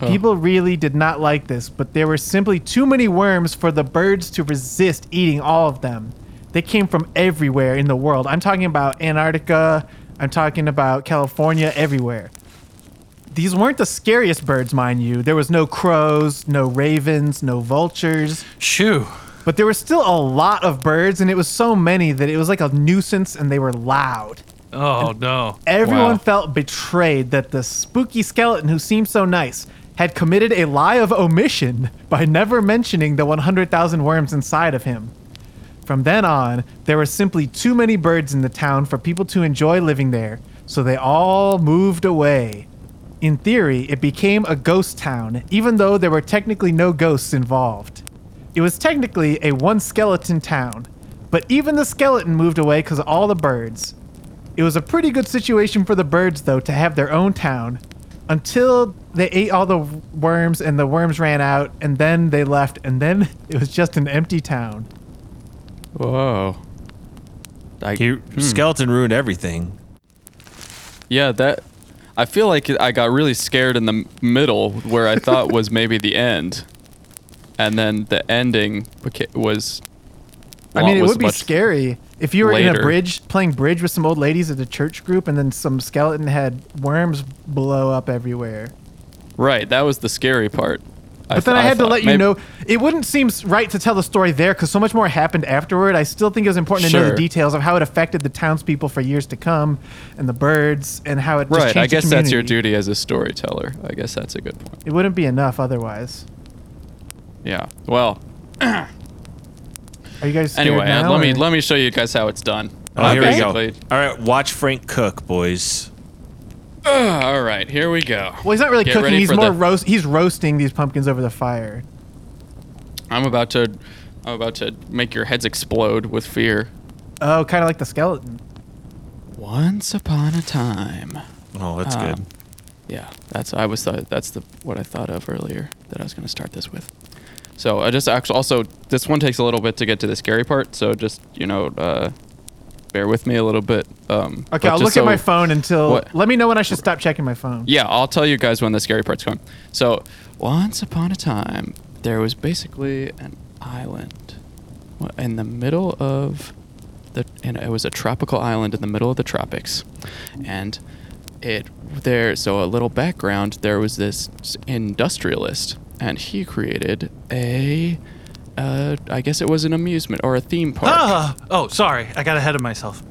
People really did not like this, but there were simply too many worms for the birds to resist eating all of them. They came from everywhere in the world. I'm talking about Antarctica, I'm talking about California, everywhere. These weren't the scariest birds, mind you. There was no crows, no ravens, no vultures.
Shoo.
But there were still a lot of birds, and it was so many that it was like a nuisance and they were loud.
Oh no.
Everyone
Wow.
felt betrayed that the spooky skeleton who seemed so nice had committed a lie of omission by never mentioning the 100,000 worms inside of him. From then on, there were simply too many birds in the town for people to enjoy living there, so they all moved away. In theory, it became a ghost town, even though there were technically no ghosts involved. It was technically a one skeleton town, but even the skeleton moved away because of all the birds. It was a pretty good situation for the birds, though, to have their own town until they ate all the worms and the worms ran out, and then they left, and then it was just an empty town.
Whoa. I,
He,
Hmm.
Skeleton ruined everything.
yeah, that. I feel like I got really scared in the m- middle where I thought was maybe the end, and then the ending beca- was.
I mean, it
was
would be
much-
scary if you were in a
later.
bridge playing bridge with some old ladies at a church group, and then some skeleton had worms blow up everywhere.
Right, that was the scary part.
But then I, had to
thought
let you
maybe-
know it wouldn't seem s- right to tell the story there because so much more happened afterward. I still think it was important to know the
Sure.
details of how it affected the townspeople for years to come, and the birds, and how it just
Right,
changed
I
the
guess that's your
community.
duty as a storyteller. I guess that's a good point.
It wouldn't be enough otherwise.
Yeah. Well,
Are you guys scared
anyway, uh,
now,
let me
or-
let me show you guys how it's done.
Oh, here we go.
Basically-
All right, watch Frank cook, boys.
Ugh, all right, here we go.
Well, he's not really
Get
cooking.
ready
He's
for
more
the-
roast. He's roasting these pumpkins over the fire.
I'm about to, I'm about to make your heads explode with fear.
Oh, kind of like the skeleton.
Once upon a time.
Oh, that's
Ah.
Um,
good.
Yeah, that's I was thought that's the what I thought of earlier that I was going to start this with. So I just actually also this one takes a little bit to get to the scary part. So just you know, uh, bear with me a little bit. Um, but
Okay, I'll
just
look at
so-
my phone until.
What-
Let me know when I should stop checking my phone.
Yeah, I'll tell you guys when the scary part's coming. So, once upon a time, there was basically an island wa- in the middle of the, and it was a tropical island in the middle of the tropics, and it there. So a little background: there was this s- industrialist, and he created a, uh, I guess it was an amusement or a theme park
Ah. Oh, sorry. I got ahead of myself.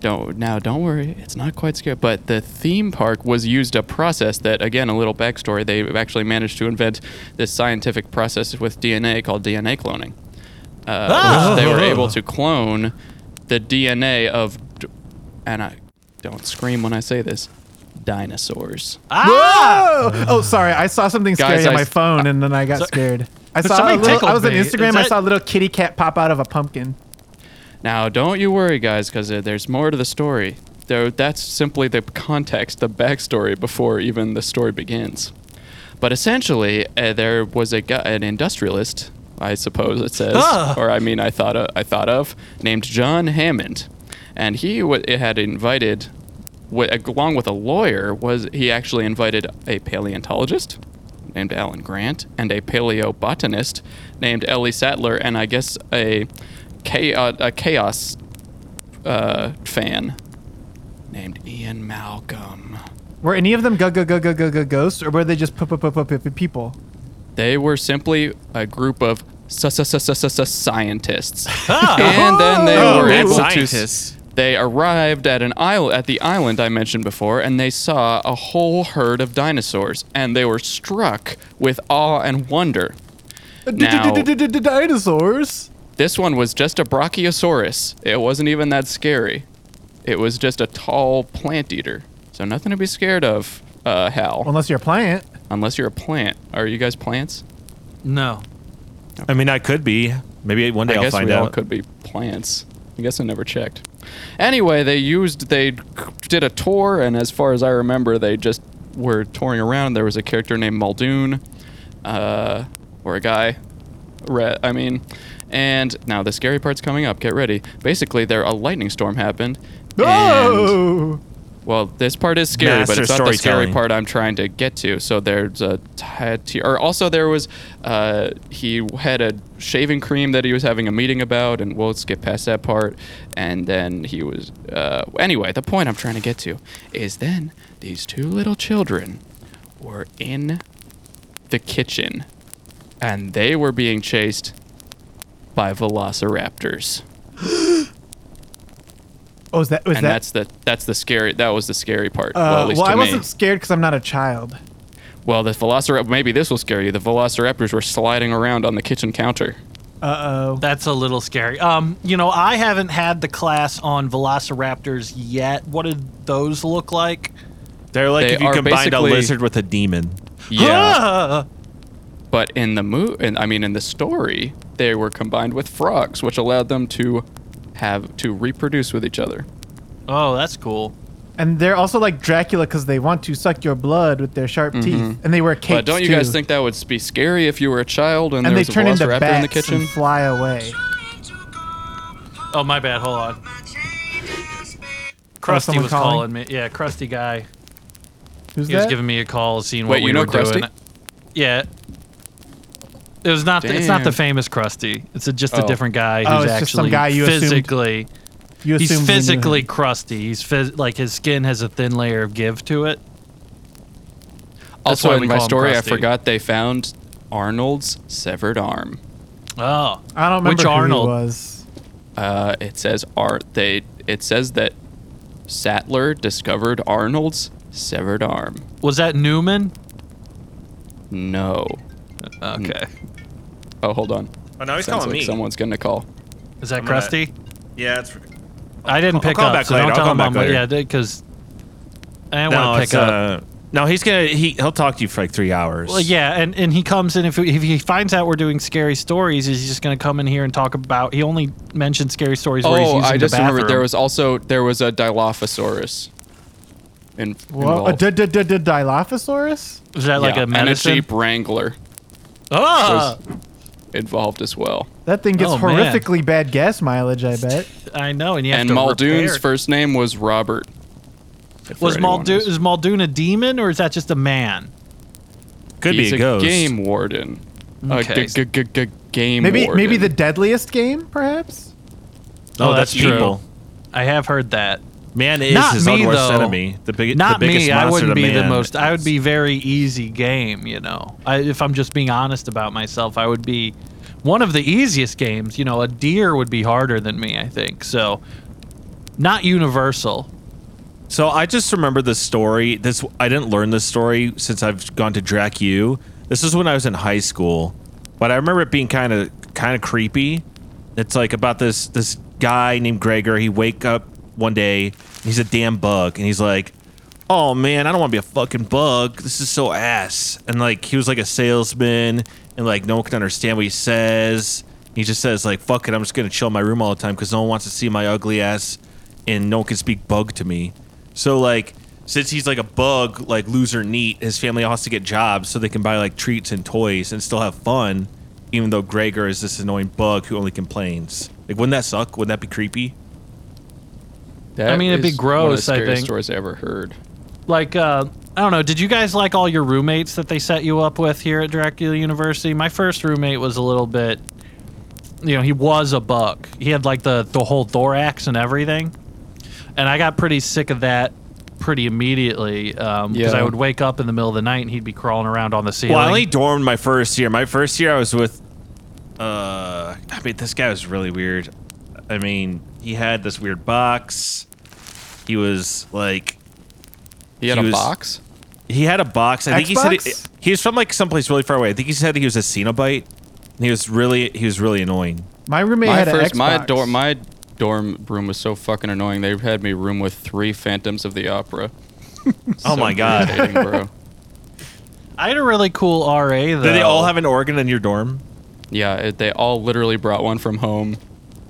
don't now don't worry it's not quite scary but the theme park was used a process that again a little backstory they actually managed to invent this scientific process with dna called dna cloning uh,
Ah!
which they were able to clone the dna of d- and i don't scream when i say this dinosaurs
Ah.
Whoa! Oh, sorry. I saw something scary
Guys,
on
I
my
s-
phone, and then I got scared. I saw. A
somebody
little, I
tickled
was on
me.
Instagram.
Is
I
that-
saw a little kitty cat pop out of a pumpkin.
Now, don't you worry, guys, because there's more to the story. Though that's simply the context, the backstory before even the story begins. But essentially, uh, there was a guy, an industrialist, I suppose it says,
Ah.
or I mean, I thought of, I thought of, named John Hammond, and he wa had invited, wi along with a lawyer, was he actually invited a paleontologist named Alan Grant and a paleobotanist named Ellie Sattler, and I guess a chaos, a chaos uh, fan named Ian Malcolm.
Were any of them go go go go go go ghosts, or were they just pop pop pop pop pop people?
They were simply a group of su- su- su- su- su- su- scientists, and then they
Oh,
were
mad
able
scientists.
to. s- They arrived at an isle at the island I mentioned before, and they saw a whole herd of dinosaurs, and they were struck with awe and wonder. Now-
Dinosaurs.
This one was just a brachiosaurus. It wasn't even that scary. It was just a tall plant eater. So nothing to be scared of, uh, Hal.
Unless you're a plant.
Unless you're a plant. Are you guys plants?
No.
I mean, I could be. Maybe one day
I
I'll
guess
find
we
out.
all could be plants. I guess I never checked. Anyway, they used they did a tour, and as far as I remember, they just were touring around. There was a character named Muldoon, uh, or a guy. Re- I mean, and now the scary part's coming up. Get ready. Basically, there a lightning storm happened. and-
Oh.
Well, this part is scary, but
Master
it's not the scary
storytelling.
part I'm trying to get to. So there's a tattoo, or also there was, uh, he had a shaving cream that he was having a meeting about, and we'll skip past that part. And then he was, uh, anyway, the point I'm trying to get to is then these two little children were in the kitchen, and they were being chased by velociraptors.
Oh, is that was
and
that?
that's the that's the scary that was the scary part.
uh,
well, at least
well,
to
I
me.
wasn't scared because I'm not a child.
Well, the velociraptor. Maybe this will scare you. The velociraptors were sliding around on the kitchen counter.
Uh oh.
That's a little scary. Um, you know, I haven't had the class on velociraptors yet. What did those look like?
They're like
They
if you
are
combined a
basically-
lizard with a demon.
Yeah.
Ah!
but in the mo- and I mean in the story, they were combined with frogs, which allowed them to have to reproduce with each other.
Oh, that's cool.
And they're also like Dracula because they want to suck your blood with their sharp teeth, and they wear capes
Mm-hmm. but don't you
too.
guys think that would be scary if you were a child and,
And
there
they
was a
turn into
velociraptor
bats
in the kitchen?
and fly away.
Oh, my bad. Hold on.
Oh,
Krusty
someone
was
calling?
calling me. Yeah, Krusty guy.
Who's
He was
that?
giving me a call, seeing what
Wait,
we
you know
were doing.
Krusty?
Yeah. It was not. The, it's not the
Damn.
famous Krusty. It's a, just a
Oh.
different guy who's
Oh, it's
actually
just some guy you assumed-
physically.
you assumed
He's
we knew him.
physically crusty. He's phys- like his skin has a thin layer of give to it. That's
Also,
why we
in my
call him
story, I
Krusty.
forgot they found Arnold's severed arm.
Oh,
I don't remember
which
who he
Arnold.
was.
Uh, it says art. They it says that Sattler discovered Arnold's severed arm.
Was that Newman?
No. Mm.
Okay,
Oh, hold on.
Oh, now he's
Sounds
calling
like
me.
someone's gonna call.
is that
I'm gonna-
crusty?
Yeah, it's.
I didn't
I'll
pick
call
up.
back
so
later.
don't
I'll
tell
call
him
back
I'm like,
later.
yeah, because I didn't
No,
want to
it's,
pick up.
uh, no, he's gonna he he'll talk to you for like three hours.
Well, yeah, and, and he comes in if, if he finds out we're doing scary stories, is he just going to come in here and talk about? He only mentioned scary stories where he's
Oh,
using
I just
the bathroom.
remembered there was also there was a Dilophosaurus. In,
Well, a
involved.
d- d- d- d- Dilophosaurus?
was that like
Yeah,
a medicine?
and a Jeep Wrangler
Oh,
involved as well.
That thing gets
Oh, man.
horrifically bad gas mileage, I bet.
I know, and you have
And
to
Muldoon's
repair.
first name was Robert. if
was
for anyone
Muldoon
who's-
is Muldoon a demon or is that just a man?
could
He's
be a
a
ghost. Oh,
game warden. A
Okay.
g- g- g- g- game
Maybe
warden.
maybe the deadliest game, perhaps?
Oh,
Oh,
that's,
that's true.
people.
I have heard that.
Man is
Not
his own
me,
worst
though.
enemy. The, big,
Not
the biggest
me.
monster
I wouldn't
to
be the
man.
most. I would be very easy game. You know, I, if I'm just being honest about myself, I would be one of the easiest games. You know, a deer would be harder than me. I think so. Not universal.
So I just remember this story. This I didn't learn this story since I've gone to Drac U. This is when I was in high school, but I remember it being kind of kind of creepy. It's like about this this guy named Gregor. He wake up one day. He's a damn bug, and he's like, "Oh man, I don't want to be a fucking bug. This is so ass." And like he was like a salesman, and like no one can understand what he says. He just says like, "Fuck it, I'm just gonna chill in my room all the time because no one wants to see my ugly ass." and no one can speak bug to me. So like since he's like a bug, like loser neat, his family has to get jobs so they can buy like treats and toys and still have fun, even though Gregor is this annoying bug who only complains. Like wouldn't that suck? Wouldn't that be creepy?
That
I mean, it'd be
is one of the
gross, I
scariest
think.
stories I ever heard.
Like, uh, I don't know. Did you guys like all your roommates that they set you up with here at Dracula University? My first roommate was a little bit. You know, he was a buck. He had like the the whole thorax and everything, and I got pretty sick of that pretty immediately because
Yeah.
I would wake up in the middle of the night and he'd be crawling around on the ceiling.
Well, I only dormed my first year. My first year I was with uh I mean this guy was really weird. I mean, he had this weird box. He was like
He had
He
a
was-
box.
He had a box. I think he said
Xbox?
it, he was from like someplace really far away. I think he said he was a Cenobite. And he was really he was really annoying.
My roommate
my
had
first
an Xbox.
my dorm my dorm room was so fucking annoying. They had me room with three Phantoms of the Opera.
Oh
So
my God.
irritating, bro.
I had a really cool RA though.
Did they all have an organ in your dorm?
Yeah, it, they all literally brought one from home.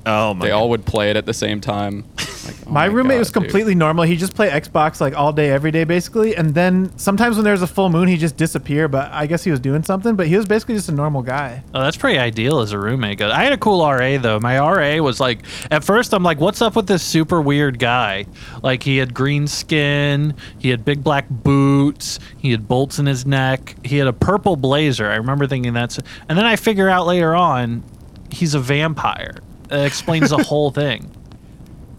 Oh my!
they
God.
all would play it at the same time. Like, oh
my, roommate
God,
was
dude.
completely normal. He just played Xbox like all day, every day, basically. And then sometimes when there was a full moon, he just disappear. But I guess he was doing something. But he was basically just a normal guy.
Oh, that's pretty ideal as a roommate. goes. I had a cool RA though. My RA was like, at first I'm like, what's up with this super weird guy? Like he had green skin, he had big black boots, he had bolts in his neck, he had a purple blazer. I remember thinking that's, and then I figure out later on, he's a vampire. It explains the whole thing.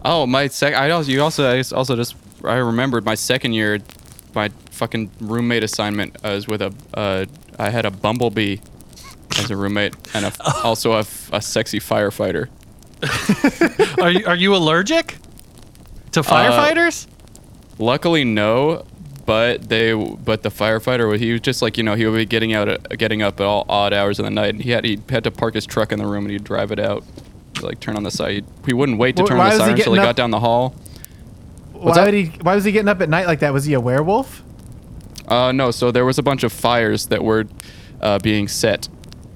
Oh, my sec. I also you also I also just I remembered my second year, my fucking roommate assignment I was with a uh, I had a bumblebee as a roommate and a, also a, f- a sexy firefighter.
Are you, are you allergic
Uh,
to firefighters?
Luckily, no. But they, but the firefighter, he was just like you know he would be getting out, at, getting up at all odd hours of the night, and he had he had to park his truck in the room and he'd drive it out, like turn on the side. He wouldn't wait to
Wh-
turn
why was he
on the siren until he
getting
got
up-
down the hall.
why
up?
would he? Why was he getting up at night like that? Was he a werewolf?
Uh, no, so there was a bunch of fires that were uh, being set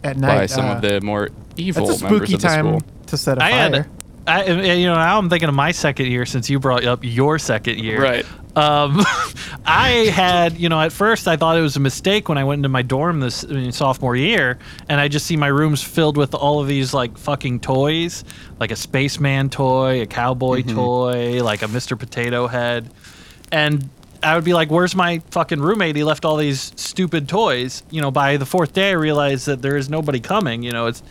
At night.
by some
uh,
of the more evil
That's a
members
spooky
of the
time
school.
to set a
I
fire.
had, I, and, you know, now I'm thinking of my second year since you brought up your second year.
Right.
Um, I had, you know, at first I thought it was a mistake when I went into my dorm this I mean, sophomore year, and I just see my rooms filled with all of these like fucking toys, like a spaceman toy, a cowboy toy, like a Mr. Potato Head, and I would be like, "Where's my fucking roommate? He left all these stupid toys." You know, by the fourth day, I realized that there is nobody coming. You know, it's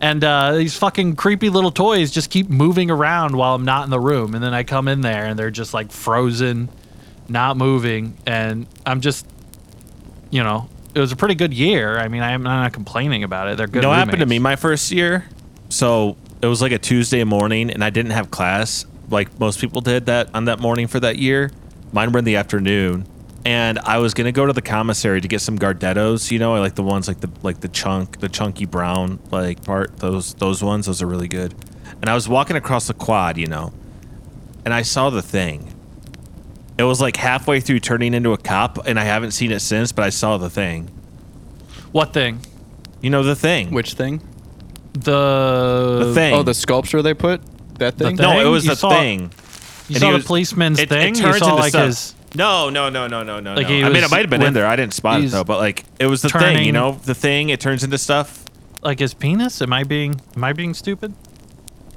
and uh, these fucking creepy little toys just keep moving around while I'm not in the room. And then I come in there and they're just like frozen, not moving. And I'm just, you know, it was a pretty good year. I mean, I'm not complaining about it. They're good.
You know what happened to me
roommates.
my first year? So it was like a Tuesday morning, and I didn't have class like most people did that on that morning for that year. Mine were in the afternoon, and I was gonna go to the commissary to get some Gardettos. You know, I like the ones like the like the chunk, the chunky brown like part. Those those ones, those are really good. And I was walking across the quad, you know, and I saw the thing. It was like halfway through turning into a cop, and I haven't seen it since. But I saw the thing.
What thing?
You know, the thing.
Which thing?
The,
the thing.
Oh, the sculpture they put. That thing.
No, it
thing?
was
You
the
saw-
thing.
You
and
saw
he
the
was-
policeman's
It- it
thing. you
turns
saw
into
like
stuff.
his.
No, no, no, no, no, no.
Like
no.
he
I mean,
was
it might have been in
with-
there. I didn't spot it
he's
though. But like, it was the thing. You
turning-
know, the thing. It turns into stuff.
Like his penis? Am I being am I being stupid?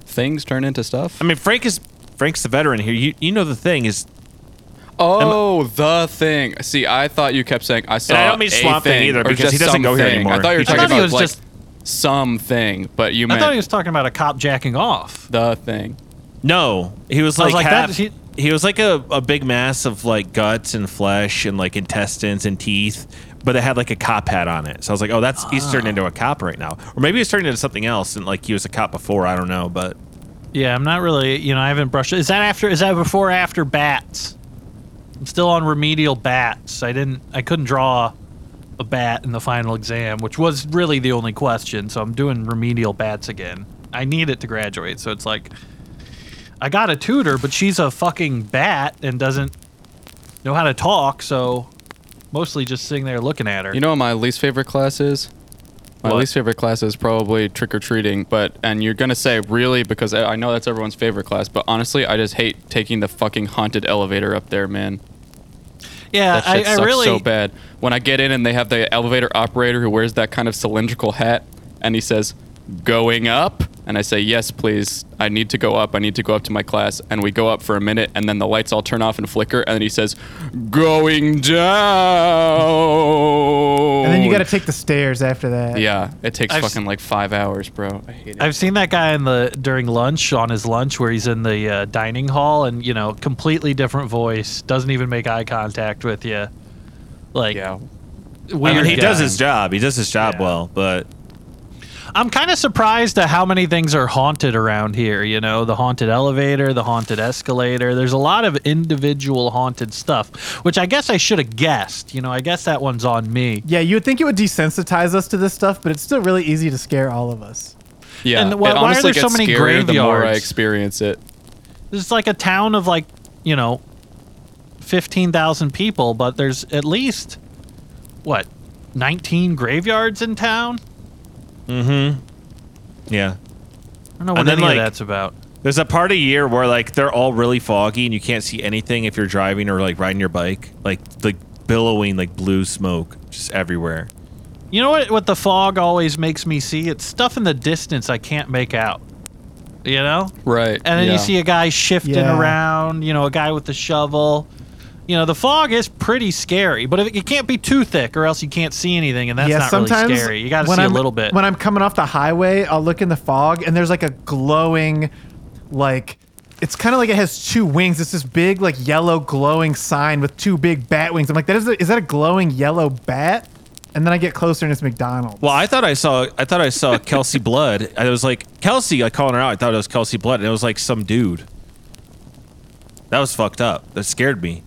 Things turn into stuff.
I mean, Frank is Frank's the veteran here. You you know the thing is.
oh, the thing. See, I thought you kept saying I saw.
I don't mean
a
Swamp Thing either,
or
because
just
he doesn't go here
something."
anymore.
I thought you
He
were talking
just- I thought he
about
was
like
just-
something, but you meant
I thought he was talking about a cop jacking off.
the thing.
No, he was
I
like,
was like, that-
half,
he-
he, was like a, a big mass of like guts and flesh and like intestines and teeth, but it had like a cop hat on it. So I was like, oh, that's
Ah.
he's turned into a cop right now, or maybe he's turned into something else and like he was a cop before. I don't know, but
Yeah, I'm not really. You know, I haven't brushed. Is that after? Is that before? Or after bats? I'm still on remedial bats. I didn't. I couldn't draw a bat in the final exam, which was really the only question. So I'm doing remedial bats again. I need it to graduate. So it's like, I got a tutor, but she's a fucking bat and doesn't know how to talk. So mostly just sitting there looking at her.
You know what my least favorite class is? My
What?
least favorite class is probably trick or treating, but and you're gonna say really because I I know that's everyone's favorite class, but honestly, I just hate taking the fucking haunted elevator up there, man.
yeah,
That
I,
shit
I
sucks
really.
so bad. When I get in and they have the elevator operator who wears that kind of cylindrical hat, and he says, "Going up," and I say, "Yes, please. I need to go up. I need to go up to my class." And we go up for a minute, and then the lights all turn off and flicker, and then he says, "Going down."
and then you got to take the stairs after that.
Yeah, it takes
I've s-
fucking like five hours, bro. I hate it.
I've seen that guy in the during lunch on his lunch where he's in the uh, dining hall and you know completely different voice, doesn't even make eye contact with you. Like
yeah.
I
weird
mean, he
guy.
does his job. He does his job
Yeah.
well, but
I'm kind of surprised at how many things are haunted around here. You know, the haunted elevator, the haunted escalator. There's a lot of individual haunted stuff, which I guess I should have guessed. You know, I guess that one's on me.
Yeah, you would think it would desensitize us to this stuff, but it's still really easy to scare all of us.
Yeah.
And wh- why are
it honestly
there so
gets
many
scarier The more I
graveyards?
experience it.
It's like a town of like, you know, 15,000 people, but there's at least, what, 19 graveyards in town?
yeah.
I don't know what
And then,
any
like-
of that's about.
There's a part of year where like they're all really foggy and you can't see anything if you're driving or like riding your bike. Like like billowing like blue smoke just everywhere.
You know what? What the fog always makes me see? It's stuff in the distance I can't make out. You know?
Right.
And then you see a guy shifting
Yeah.
around. You know, a guy with a shovel. You know, the fog is pretty scary, but it, it can't be too thick, or else you can't see anything, and that's
yeah,
not
sometimes
really scary. You got to
when
see
I'm,
a little bit.
When I'm coming off the highway, I'll look in the fog, and there's like a glowing, like it's kind of like it has two wings. It's this big, like yellow glowing sign with two big bat wings. I'm like, that is a, is that a glowing yellow bat? And then I get closer, and it's McDonald's.
Well, I thought I saw I thought I saw Kelsey Blood. I was like Kelsey, I calling her out. I thought it was Kelsey Blood, and it was like some dude. That was fucked up. That scared me.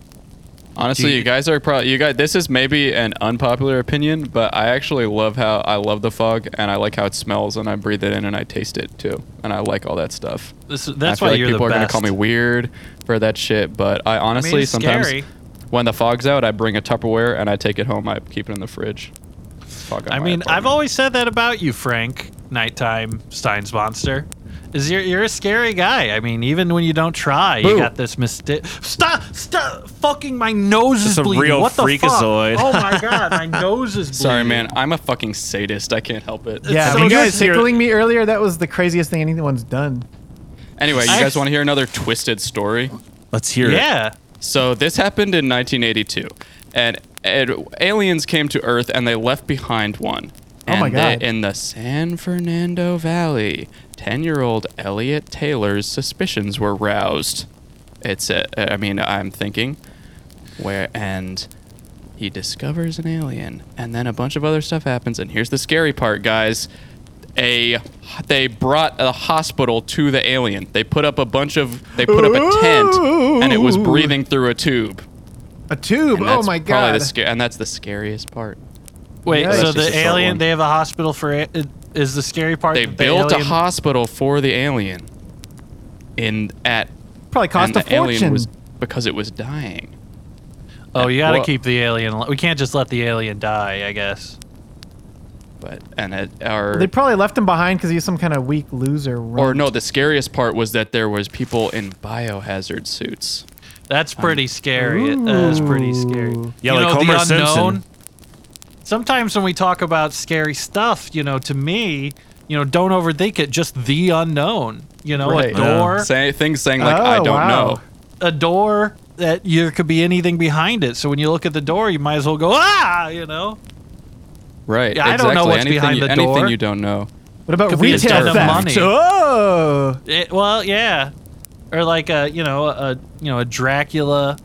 Honestly, you guys are probably you guys. This is maybe an unpopular opinion, but I actually love how I love the fog, and I like how it smells, and I breathe it in, and I taste it too, and I like all that stuff.
This- that's
I feel
why
like
you're the
people are gonna call me
best.
weird for that shit, but I honestly
it's
sometimes
scary.
when the fog's out, I bring a Tupperware and I take it home. I keep it in the fridge. Fog on
I
my
mean, I've
apartment.
always said that about you, Frank. Nighttime Stein's monster. Is you're, you're a scary guy. I mean, even when you don't try, you
Boo.
got this mistake. Stop! Stop! Fucking my nose is
That's a
bleeding.
real
what the
freakazoid.
fuck? Oh my god, my nose is bleeding.
Sorry, man. I'm a fucking sadist. I can't help it.
yeah,
so
when you
good
guys
to hear-
tickling me earlier, that was the craziest thing anyone's done.
Anyway, you
I-
guys want to hear another twisted story?
Let's hear it.
Yeah.
So this happened in 1982, and, and aliens came to Earth and they left behind one.
Oh my
And they-
God.
in the San Fernando Valley, ten-year-old Elliot Taylor's suspicions were roused. It's a, I mean, I'm thinking, where and he discovers an alien, and then a bunch of other stuff happens. And here's the scary part, guys. A they brought a hospital to the alien. They put up a bunch of they put up a tent, and it was breathing through a tube.
A tube.
And
Oh
that's
my
probably
god.
The sca- and that's the scariest part.
Wait.
Yeah,
so
that's
just
the
a short
alien?
one.
They have a hospital for. a- Is the scary part?
They
that the
built a
alien-
hospital for the alien. In at
Probably cost
and
a
the alien
fortune.
was because it was dying.
Oh, you got to
Well-
keep the alien. al- We can't just let the alien die. I guess.
But and it our
they probably left him behind because he's some kind of weak loser.
or no, the scariest part was that there was people in biohazard suits.
That's pretty scary. It- that is pretty scary.
Ooh.
Yeah, like Homer Simpson.
Sometimes when we talk about scary stuff, you know, to me, you know, don't overthink it. Just the unknown. You know,
Right.
a
Yeah.
door,
Say, things saying like I
Oh,
don't
wow.
know.
a door that there could be anything behind it. So when you look at the door, you might as well go ah. You know,
Right.
Yeah, I don't
exactly.
know what's
anything
behind
you,
the
anything
door.
you don't know.
What about
Could be a
retail
ton of
theft?
money.
Oh,
It- well, yeah, or like a you know a you know a Dracula.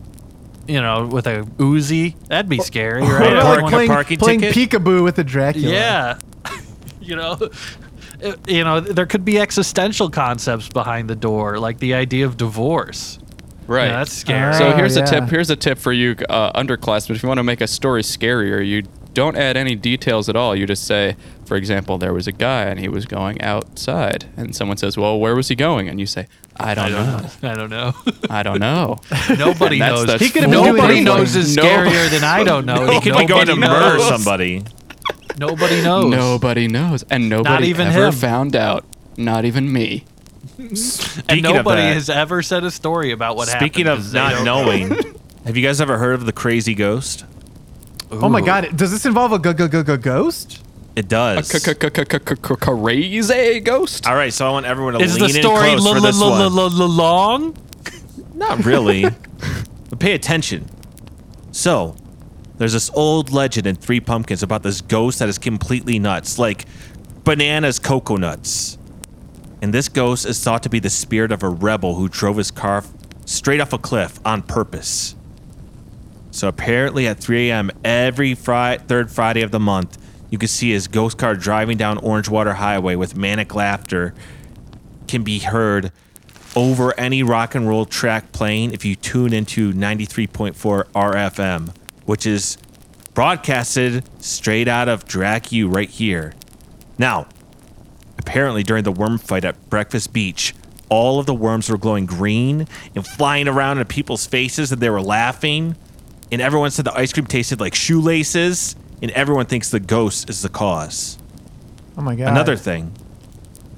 You know, with a Uzi, that'd be scary,
What about,
right? I
like,
don't wanna-
playing,
parking
playing
ticket?
peekaboo with a Dracula.
Yeah. you know, it- you know, there could be existential concepts behind the door, like the idea of divorce.
Right.
Yeah, that's scary.
So
Oh,
here's a
yeah.
tip. Here's a tip for you uh, underclassmen. If you want to make a story scarier, you don't add any details at all. You just say, for example, there was a guy and he was going outside, and someone says, "Well, where was he going?" And you say, "I don't, know.
I don't know.
I don't know."
Nobody
And that's-
knows.
that's
He could have been doing
Nobody
anything.
knows is
No-
scarier than I don't know.
He could be going to
Nobody
murder
knows.
somebody.
Nobody knows.
Nobody knows, and nobody
even
ever
him.
found out. Not even me.
And
Speaking of
nobody
that-
has ever said a story about what
Speaking
happened.
of not knowing, have you guys ever heard of the crazy ghost?
Oh my god, does this involve a go go go go ghost?
It does.
Crazy ghost.
All right, so I want everyone to
Is
lean
the story
in close
l-
for this
l-
one.
l- l- long?
Not really. but pay attention. So, there's this old legend in Three Pumpkins about this ghost that is completely nuts, like bananas, coconuts. And this ghost is thought to be the spirit of a rebel who drove his car f- straight off a cliff on purpose. So apparently, at 3 a.m. every Friday, third Friday of the month, you can see his ghost car driving down Orangewater Highway with manic laughter can be heard over any rock and roll track playing if you tune into 93.4 RFM, which is broadcasted straight out of Dracu right here. Now, apparently during the worm fight at Breakfast Beach, all of the worms were glowing green and flying around in people's faces and they were laughing. And everyone said the ice cream tasted like shoelaces, and everyone thinks the ghost is the cause.
Oh my god.
Another thing.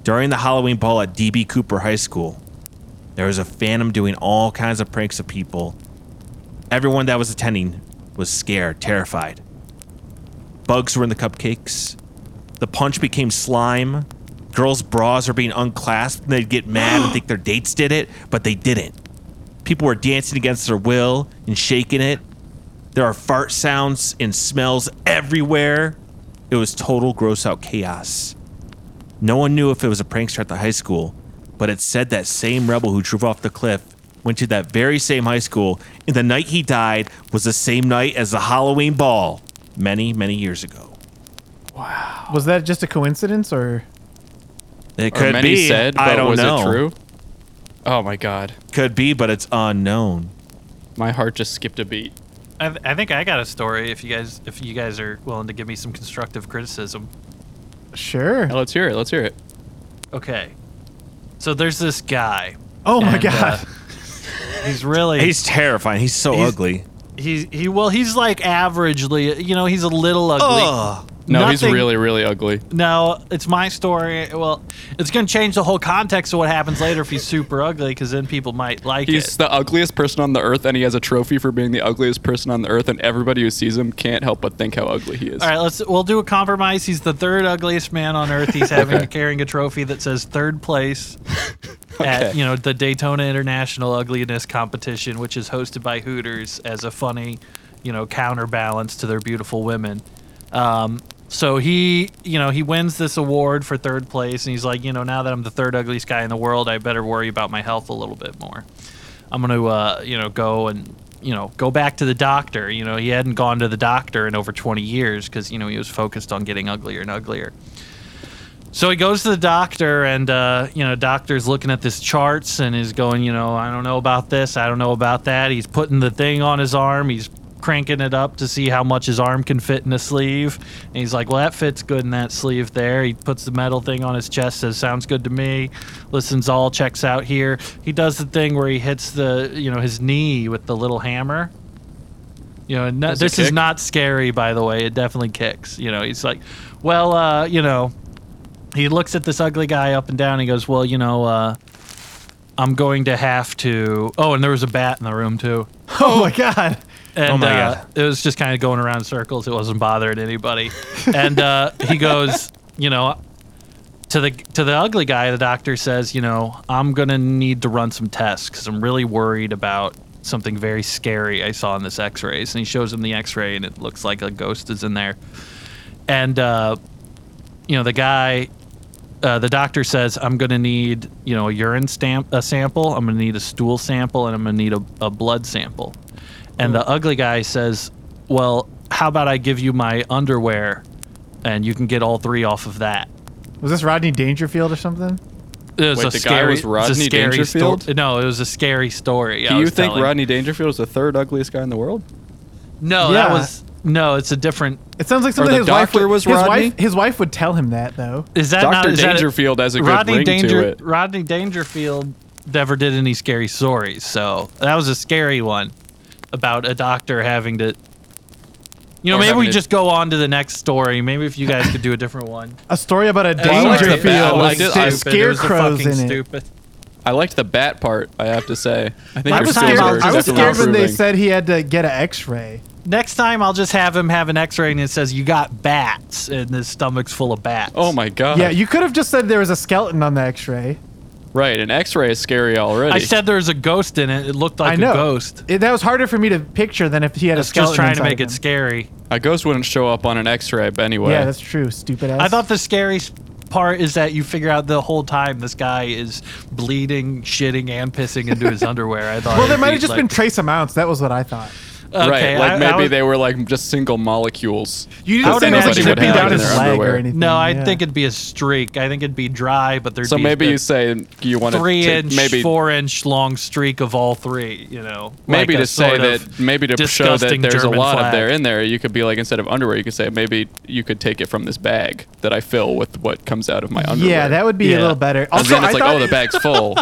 During the Halloween ball at DB Cooper High School, There was a phantom doing all kinds of pranks of people. Everyone that was attending was scared, terrified. Bugs were in the cupcakes. The punch became slime. Girls' bras are being unclasped and they'd get mad and think their dates did it, but they didn't. People were dancing against their will and shaking it. There are fart sounds and smells everywhere. It was total gross out chaos. No one knew if it was a prankster at the high school, but it said that same rebel who drove off the cliff went to that very same high school, and the night he died was the same night as the Halloween ball many, many years ago.
Was that just a coincidence or?
It
Or
could
many
be.
said, but
I don't
was
know.
it true? Oh my god,
Could be, but it's unknown.
my heart just skipped a beat.
I, th- I think I got a story. If you guys, if you guys are willing to give me some constructive criticism,
Sure.
Now, let's hear it. Let's hear it.
okay. So there's this guy.
Oh my
and,
god.
uh, he's really
He's terrifying. He's so
He's-
ugly.
he's he well he's like averagely you know he's a little ugly.
Ugh.
No, he's
Nothing-
really, really ugly.
No, it's my story. Well, it's gonna change the whole context of what happens later if he's super ugly, because then people might like
He's
it.
the ugliest person on the earth, and he has a trophy for being the ugliest person on the earth, and everybody who sees him can't help but think how ugly he is.
All right, let's. We'll do a compromise. He's the third ugliest man on earth. He's having
Okay.
carrying a trophy that says third place at
Okay.
you know the Daytona International Ugliness Competition, which is hosted by Hooters as a funny, you know, counterbalance to their beautiful women. Um, so he, you know, he wins this award for third place, and he's like, you know, now that I'm the third ugliest guy in the world, I better worry about my health a little bit more. I'm gonna, uh, you know, go and you know go back to the doctor. You know, he hadn't gone to the doctor in over 20 years because you know he was focused on getting uglier and uglier. So he goes to the doctor, and uh, you know, doctor's looking at this charts and is going, you know, I don't know about this, I don't know about that. He's putting the thing on his arm. He's cranking it up to see how much his arm can fit in a sleeve. And he's like, well, that fits good in that sleeve there. He puts the metal thing on his chest, says, sounds good to me. Listens all, checks out here. He does the thing where he hits the, you know, his knee with the little hammer. You know, and no-
Does it
this is
kick?
not scary, by the way. It definitely kicks. You know, he's like, well, uh, you know, he looks at this ugly guy up and down. And he goes, "Well, you know, uh, I'm going to have to." Oh, and there was a bat in the room too.
oh my god.
And,
Oh my
uh,
God.
It was just kind of going around in circles. It wasn't bothering anybody. and uh, he goes, "You know." To the to the ugly guy, the doctor says, "You know, I'm gonna need to run some tests because I'm really worried about something very scary I saw in this X-rays." And he shows him the X-ray, and it looks like a ghost is in there. And uh, you know, the guy uh, the doctor says I'm gonna need you know a urine stamp a sample. I'm gonna need a stool sample, and I'm gonna need a, a blood sample. And
Mm.
the ugly guy says, "Well, how about I give you my underwear, and you can get all three off of that."
Was this Rodney Dangerfield or something?
It was
Wait,
a
the guy
scary,
was
it's a
Rodney
scary
Dangerfield?
sto- no, it was a scary story. I
Do you
was
think
telling.
Rodney Dangerfield is the third ugliest guy in the world?
No, that
Yeah.
was no. It's a different.
It sounds like something
the
his wife
doctor
would,
was
his
Rodney?
wife his wife would tell him that though.
Is that not
Doctor
is that a-
Dangerfield has a good ring to it.
Rodney Dangerfield never did any scary stories, so that was a scary one about a doctor having to. You know,
Or
maybe
having
we
to-
just go on to the next story. Maybe if you guys could do a different one.
A story about a
I liked the
Dangerfield
bat. Oh, I
with
liked it. I-
sta- scarecrows in it.
Stupid.
I liked the bat part. I have to say. I think
I
you're
was
still
scared,
worse.
I was
That's what I'm
scared when they
proving.
said he had to get an X-ray.
Next time, I'll just have him have an X-ray and it says you got bats, and his stomach's full of bats.
"Oh my god!"
Yeah, you could have just said there was a skeleton on the X-ray.
right. An X-ray is scary already.
I said there was a ghost in it. It looked like
I know.
a ghost.
It- that was harder for me to picture than if he had a
It's
skeleton.
just trying to
inside
make
of
it
him.
scary.
a ghost wouldn't show up on an X-ray but anyway.
Yeah, that's true. Stupid ass.
I thought the scary s- part is that you figure out the whole time this guy is bleeding, shitting, and pissing into his underwear. I thought.
Well, there
it'd
might
be
have just
like-
been trace amounts. That was what I thought.
okay,
right. Like
I- I
maybe
was-
they were like just single molecules.
You didn't
I would
say it was like
imagine
dripping
it would
down
have
his
in
their
leg
underwear.
or anything.
No, I
yeah.
think it'd be a streak. I think it'd be dry, but there'd
So
be
maybe
the
you say you want
three
to
inch,
maybe
four inch long streak of all three. You know,
maybe
like a
to say
sort of
that maybe to show that
disgusting
there's
German
a lot of
flag.
there in there you could be like instead of underwear you could say maybe you could take it from this bag that i fill with what comes out of my underwear
Yeah, that would be
Yeah.
a little better.
and
Also,
then it's
I,
like
thought,
oh the bag's full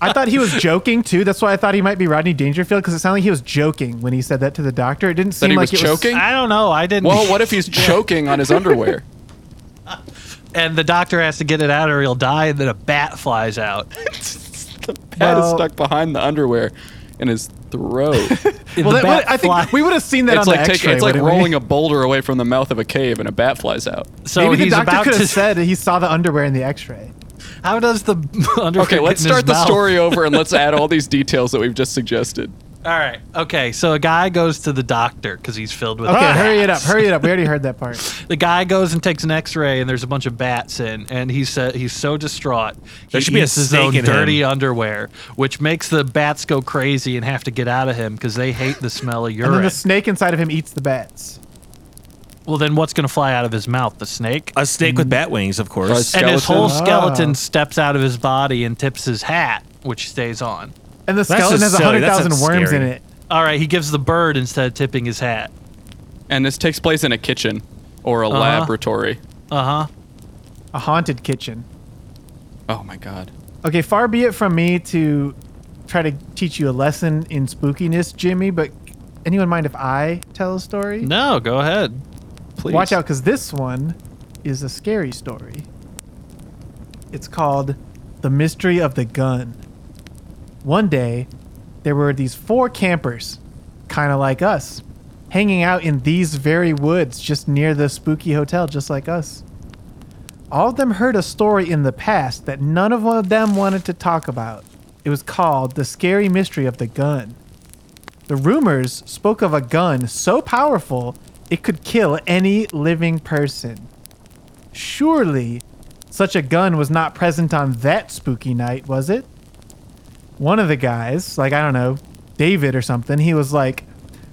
I thought he was joking too. That's why I thought he might be Rodney Dangerfield because it sounded like he was joking when he said that to the doctor. It didn't seem
he
like
was
it
joking?
I don't know. I didn't.
well what if he's choking on his underwear
and the doctor has to get it out, or he'll die, and then a bat flies out.
head is
Well-
stuck behind the underwear in his throat.
well,
the
that,
bat
I think
fly-
we would have seen that
it's
on
like
the
taking,
X-ray.
it's like
wouldn't we?
rolling a boulder away from the mouth of a cave and a bat flies out.
So
Maybe the
he's
doctor
about
could
to.
have said that he saw the underwear in the X-ray.
How does the underwear? get
Okay, let's
in his
start the
mouth?
story over and let's add all these details that we've just suggested.
All right. Okay. So a guy goes to the doctor because he's filled with.
Okay,
bats.
hurry it up, hurry it up. We already heard that part.
The guy goes and takes an X-ray, and there's a bunch of bats in, and he's uh, he's so distraught.
There
he
should be a
eats his
snake
own
in him.
dirty underwear, which makes the bats go crazy and have to get out of him because they hate the smell of
And
urine.
then the snake inside of him eats the bats.
well, then what's gonna fly out of his mouth? The snake.
A snake with bat wings, of course.
Right.
And his whole
skeleton?
skeleton
Ah.
steps out of his body and tips his hat, which stays on.
And the
That's
skeleton
just
has
silly. That's
100,000
not
worms
scary.
in it.
All right, he gives the bird instead of tipping his hat.
And this takes place in a kitchen or
Uh-huh.
a laboratory.
Uh huh.
A haunted kitchen.
Oh my god.
Okay, far be it from me to try to teach you a lesson in spookiness, Jimmy, but anyone mind if I tell a story?
No, go ahead.
Please.
Watch out, because this one is a scary story. It's called The Mystery of the Gun. One day, there were these four campers, kind of like us, hanging out in these very woods just near the spooky hotel, just like us. All of them heard a story in the past that none of them wanted to talk about. It was called The Scary Mystery of the Gun. The rumors spoke of a gun so powerful it could kill any living person. Surely, such a gun was not present on that spooky night, was it? One of the guys, like, I don't know, David or something, he was like,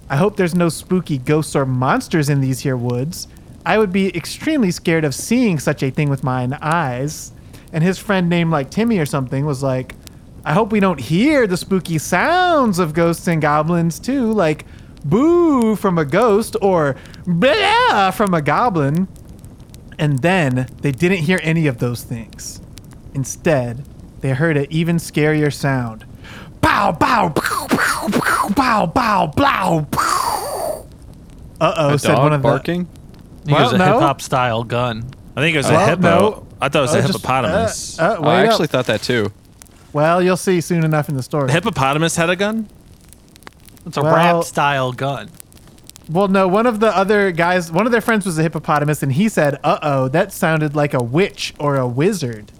I hope there's no spooky ghosts or monsters in these here woods. I would be extremely scared of seeing such a thing with mine eyes. And his friend named like Timmy or something was like, I hope we don't hear the spooky sounds of ghosts and goblins too, like boo from a ghost or blah from a goblin. And then they didn't hear any of those things. Instead, they heard an even scarier sound. Bow, bow, bow, bow, bow, bow, bow, bow, bow. Uh oh,
A
said
dog
one of
barking?
He
Well,
gives a
no.
hip hop style gun.
I think it was
Well,
a hippo.
no.
I thought it was
the.
a
Oh, just-
hippopotamus.
uh, uh,
I
wait up.
actually thought that too.
Well, you'll see soon enough in the story.
the hippopotamus had a gun?
It's a
Well-
rap style gun.
Well, no, one of the other guys, one of their friends was a hippopotamus, and he said, uh oh, that sounded like a witch or a wizard.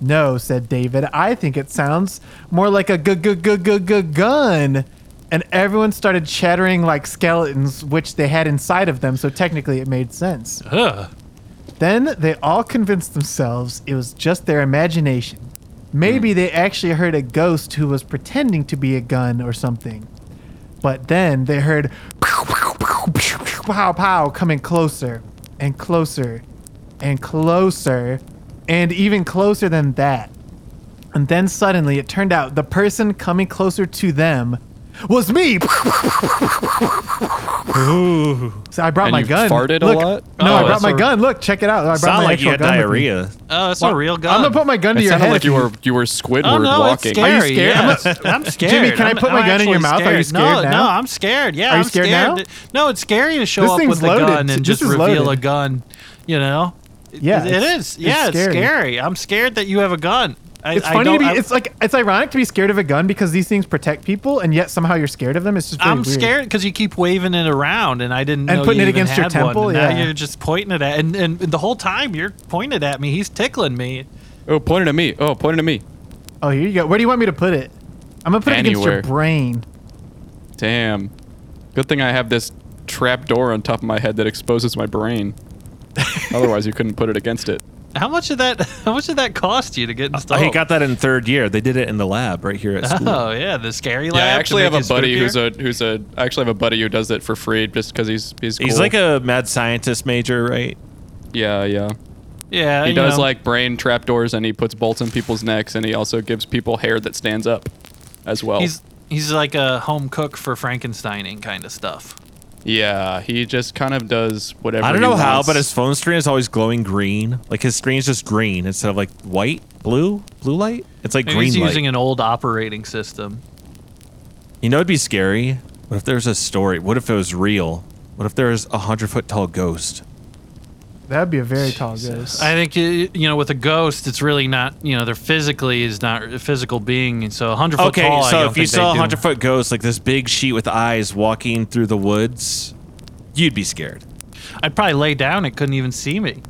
No, said David, I think it sounds more like a gu- gu- gu- gu- gu- gun. And everyone started chattering like skeletons, which they had inside of them, so technically it made sense.
Ugh.
Then they all convinced themselves it was just their imagination.
Hmm.
Maybe they actually heard a ghost who was pretending to be a gun or something. But then they heard pow pow pow pew, pew, pow pow coming closer and closer and closer and even closer than that. And then suddenly it turned out the person coming closer to them was me. So I brought
And
my
you
gun.
farted a
Look,
lot?
No,
Oh,
I brought
that's
my
a-
gun. Look, check it out. I brought
Sound
my
like
actual
you had
gun with me.
diarrhea.
Oh, it's a real gun.
I'm gonna put my gun to
It
your
sounded
head.
like
if
you were you were squidward
Oh no, it's
walking.
scary.
Are you scared?
yes.
I'm
I'm, scared.
Jimmy, can I
I'm-
put my
I'm
gun in your
actually
mouth? Are you
No,
scared
no,
now?
I'm scared. Yeah,
Are you
I'm
scared now?
No, it's scary to show
This
up
thing's
with a
loaded.
gun and
This
just
is
reveal a
loaded.
gun. You know? It-
Yeah,
it
it's-
is.
it's
Yeah, it's
scary.
scary. I'm scared that you have a gun. I,
It's
I
funny to
don't-
be.
I-
it's like it's ironic to be scared of a gun because these things protect people, and yet somehow you're scared of them. It's just. very
I'm
weird.
scared because you keep waving it around, and I didn't
And
know
putting
you
it
even
against your
had one,
temple,
and Now
yeah.
you're just pointing it at, and, and the whole time you're pointed at me. He's tickling me.
Oh, pointed at me. Oh, pointed at me.
Oh, here you go. Where do you want me to put it? I'm gonna put it against
Anywhere.
your brain.
Damn. Good thing I have this trap door on top of my head that exposes my brain. Otherwise, you couldn't put it against it.
How much of that? How much did that cost you to
Uh,
get
Oh,
installed?
he got that in third year. They did it in the lab right here at school.
Oh yeah, the scary lab.
Yeah, I
to
actually have
make
a
it
buddy
spookier?
who's a who's a I actually have a buddy who does it for free just because he's he's cool.
He's like a mad scientist major, right?
yeah yeah.
yeah.
He
you
does
know.
like brain trapdoors and he puts bolts in people's necks and he also gives people hair that stands up, as well.
he's he's like a home cook for Frankensteining kind of stuff.
yeah, he just kind of does whatever.
I don't
he
know how,
wants.
but his phone screen is always glowing green. Like his screen's just green instead of like white, blue, blue light. It's like
Maybe
green
he's
light.
using an old operating system.
you know, it'd be scary. What if there's a story? What if it was real? What if there's a hundred foot tall ghost?
That'd be a very tall ghost.
I think you, you know with a ghost, it's really not you know they're physically is not a physical being. So 100 foot
Okay,
tall. I
so
don't
if you
think they
saw a
do.
hundred foot ghost, like this big sheet with eyes walking through the woods, you'd be scared.
I'd probably lay down. It couldn't even see me.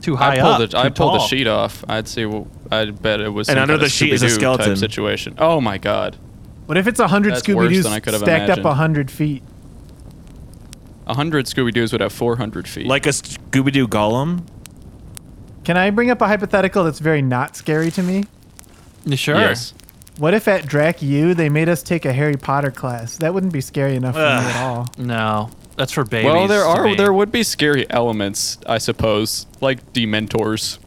Too high
I pulled
up.
the I
too
pulled the
tall.
sheet off. I'd see. w- I bet it was.
And
some
under
kind of
the sheet is a
Scooby-Doo
skeleton.
type situation. Oh my god,
What if it's a hundred
That's worse
Scooby Doo's
than I could
stacked
have
up
imagined.
a hundred feet?
hundred Scooby Doo's would have four hundred feet.
Like a Scooby Doo golem.
Can I bring up a hypothetical that's very not scary to me?
You Sure.
yes.
What if at Drac U they made us take a Harry Potter class? That wouldn't be scary enough for me at all.
No, that's for babies.
Well, there
to
are
me.
there would be scary elements, I suppose, like Dementors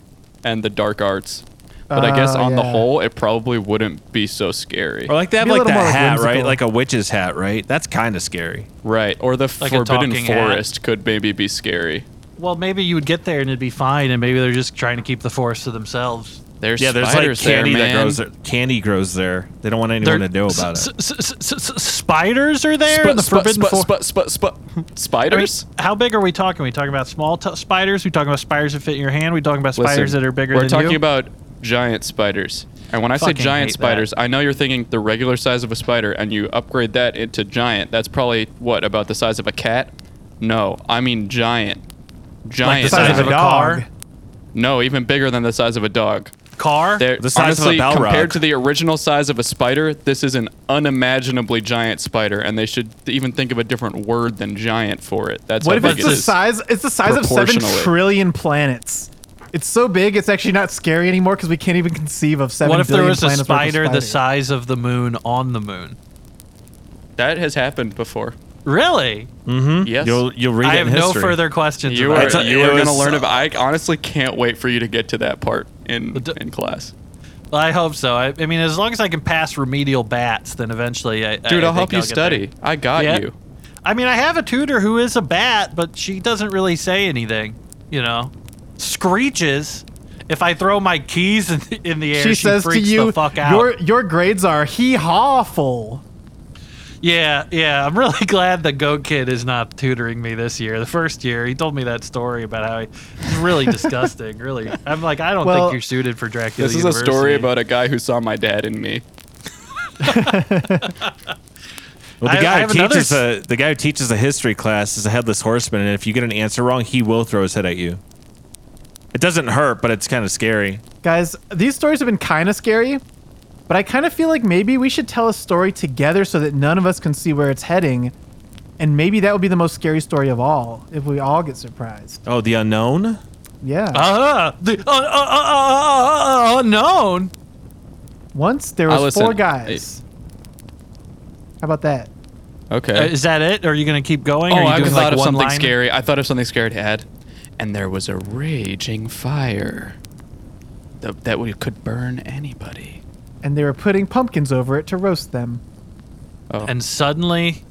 and the dark arts. But I guess
Oh,
on the
yeah.
whole, it probably wouldn't be so scary.
Or like they have
Be a
like that
little more
hat, right?
whimsical.
Like a witch's hat, right? That's kind of scary.
Right. Or the
Like a
Forbidden
talking hat.
Forest could maybe be scary.
Well, maybe you would get there and it'd be fine, and maybe they're just trying to keep the forest to themselves.
There's
yeah, there's like
spiders
candy
there,
that
man.
grows there. Candy grows there. They don't want anyone to know about it.
S- s- s- s- s- spiders are there in the
Sp-
forbidden
sp-
forest.
sp- sp- sp- spiders?
How big are we talking? Are we talking about small t- spiders? We talking about spiders that fit in your hand? We talking about spiders
Listen,
that are bigger
We're
than
talking
you?
about giant spiders. And when I say
Fucking
giant
hate that.
spiders, I know you're thinking the regular size of a spider and you upgrade that into giant. That's probably what about the size of a cat? No, I mean giant. Giant.
the size of a car?
no, even bigger than the size of a dog.
car.
They're,
The size of a
honestly,
Balrog.
compared to the original size of a spider, this is an unimaginably giant spider, and they should even think of a different word than giant for it. That's
What if
how
it's
big it
the
is.
size? It's the size of seven
Proportionally.
trillion planets. It's so big, it's actually not scary anymore because we can't even conceive of seven.
what if there
billion
was a
planets worth of
spider the
spiders.
size of the moon on the moon?
That has happened before.
Really?
Yes.
You'll you'll read
I
it in
have no
history.
further questions.
You
about
are,
It's a-
it.
you
it
are going to
was-
learn about. I honestly can't wait for you to get to that part in
d-
in class.
Well, I hope so. I, I mean, as long as I can pass remedial bats, then eventually, I,
Dude,
I,
I'll
think
help you
I'll get there.
study. I got
Yeah.
you.
I mean, I have a tutor who is a bat, but she doesn't really say anything. You know, screeches. If I throw my keys in the, in the air,
She
she,
says to
freaks
you,
the fuck out.
"Your your grades are hee hawful."
Yeah, yeah. I'm really glad the Goat Kid is not tutoring me this year. The first year, he told me that story about how he, it's really disgusting. Really, I'm like, I don't
Well,
think you're suited for Dracula.
This is a
University.
story about a guy who saw my dad in me.
Well, the
I-
guy
I
who
have another
teaches
s-
a the guy who teaches a history class is a headless horseman, and if you get an answer wrong, he will throw his head at you. It doesn't hurt, but it's kind of scary.
Guys, these stories have been kind of scary, but I kind of feel like maybe we should tell a story together so that none of us can see where it's heading, and maybe that would be the most scary story of all if we all get surprised.
Oh, the unknown.
Yeah.
Uh, the uh, uh, uh, uh, uh, uh, unknown.
Once there
I
was
listen,
four guys. How about that?
Uh,
Okay.
is that it? Are you gonna keep going?
oh,
Are you
I
doing
thought
like
of
one
something
line?
scary. I thought of something scary to add. And there was a raging fire Th- that would, could burn anybody.
And they were putting pumpkins over it to roast them.
Oh.
And suddenly,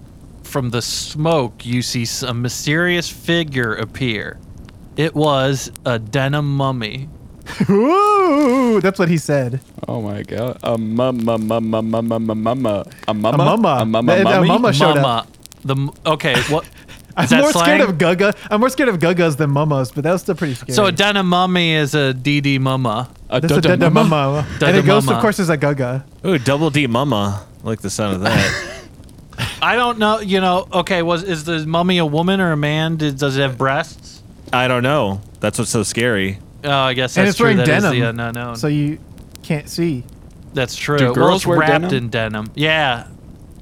from the smoke, you see s- a mysterious figure appear. It was a denim mummy.
Ooh, that's what he said.
oh my god. A mama, mama, mama, mama, mama. A mama?
mama.
A mama,
That- that
mummy?
mama- showed
Mama. The m- okay. What?
I'm
is that
more
slang?
scared of Gaga. I'm more scared of Gagas than Mummas, but that was still pretty scary.
So a denim mummy is a DD mama.
A
that's a
dada
da-da
mama.
mama. And
Da-da
a ghost, of
mama.
course, is a Gaga.
Ooh, double D mama. I like the sound of that.
I don't know. You know. Okay. Was is the mummy a woman or a man? Did, does it have breasts?
I don't know. That's what's so scary.
Oh, I guess that's
And it's
true.
wearing
That is
denim.
the uh, un- unknown.
So you can't see.
that's true.
Do
well,
girls
it's
wear
wrapped
denim?
in denim. Yeah,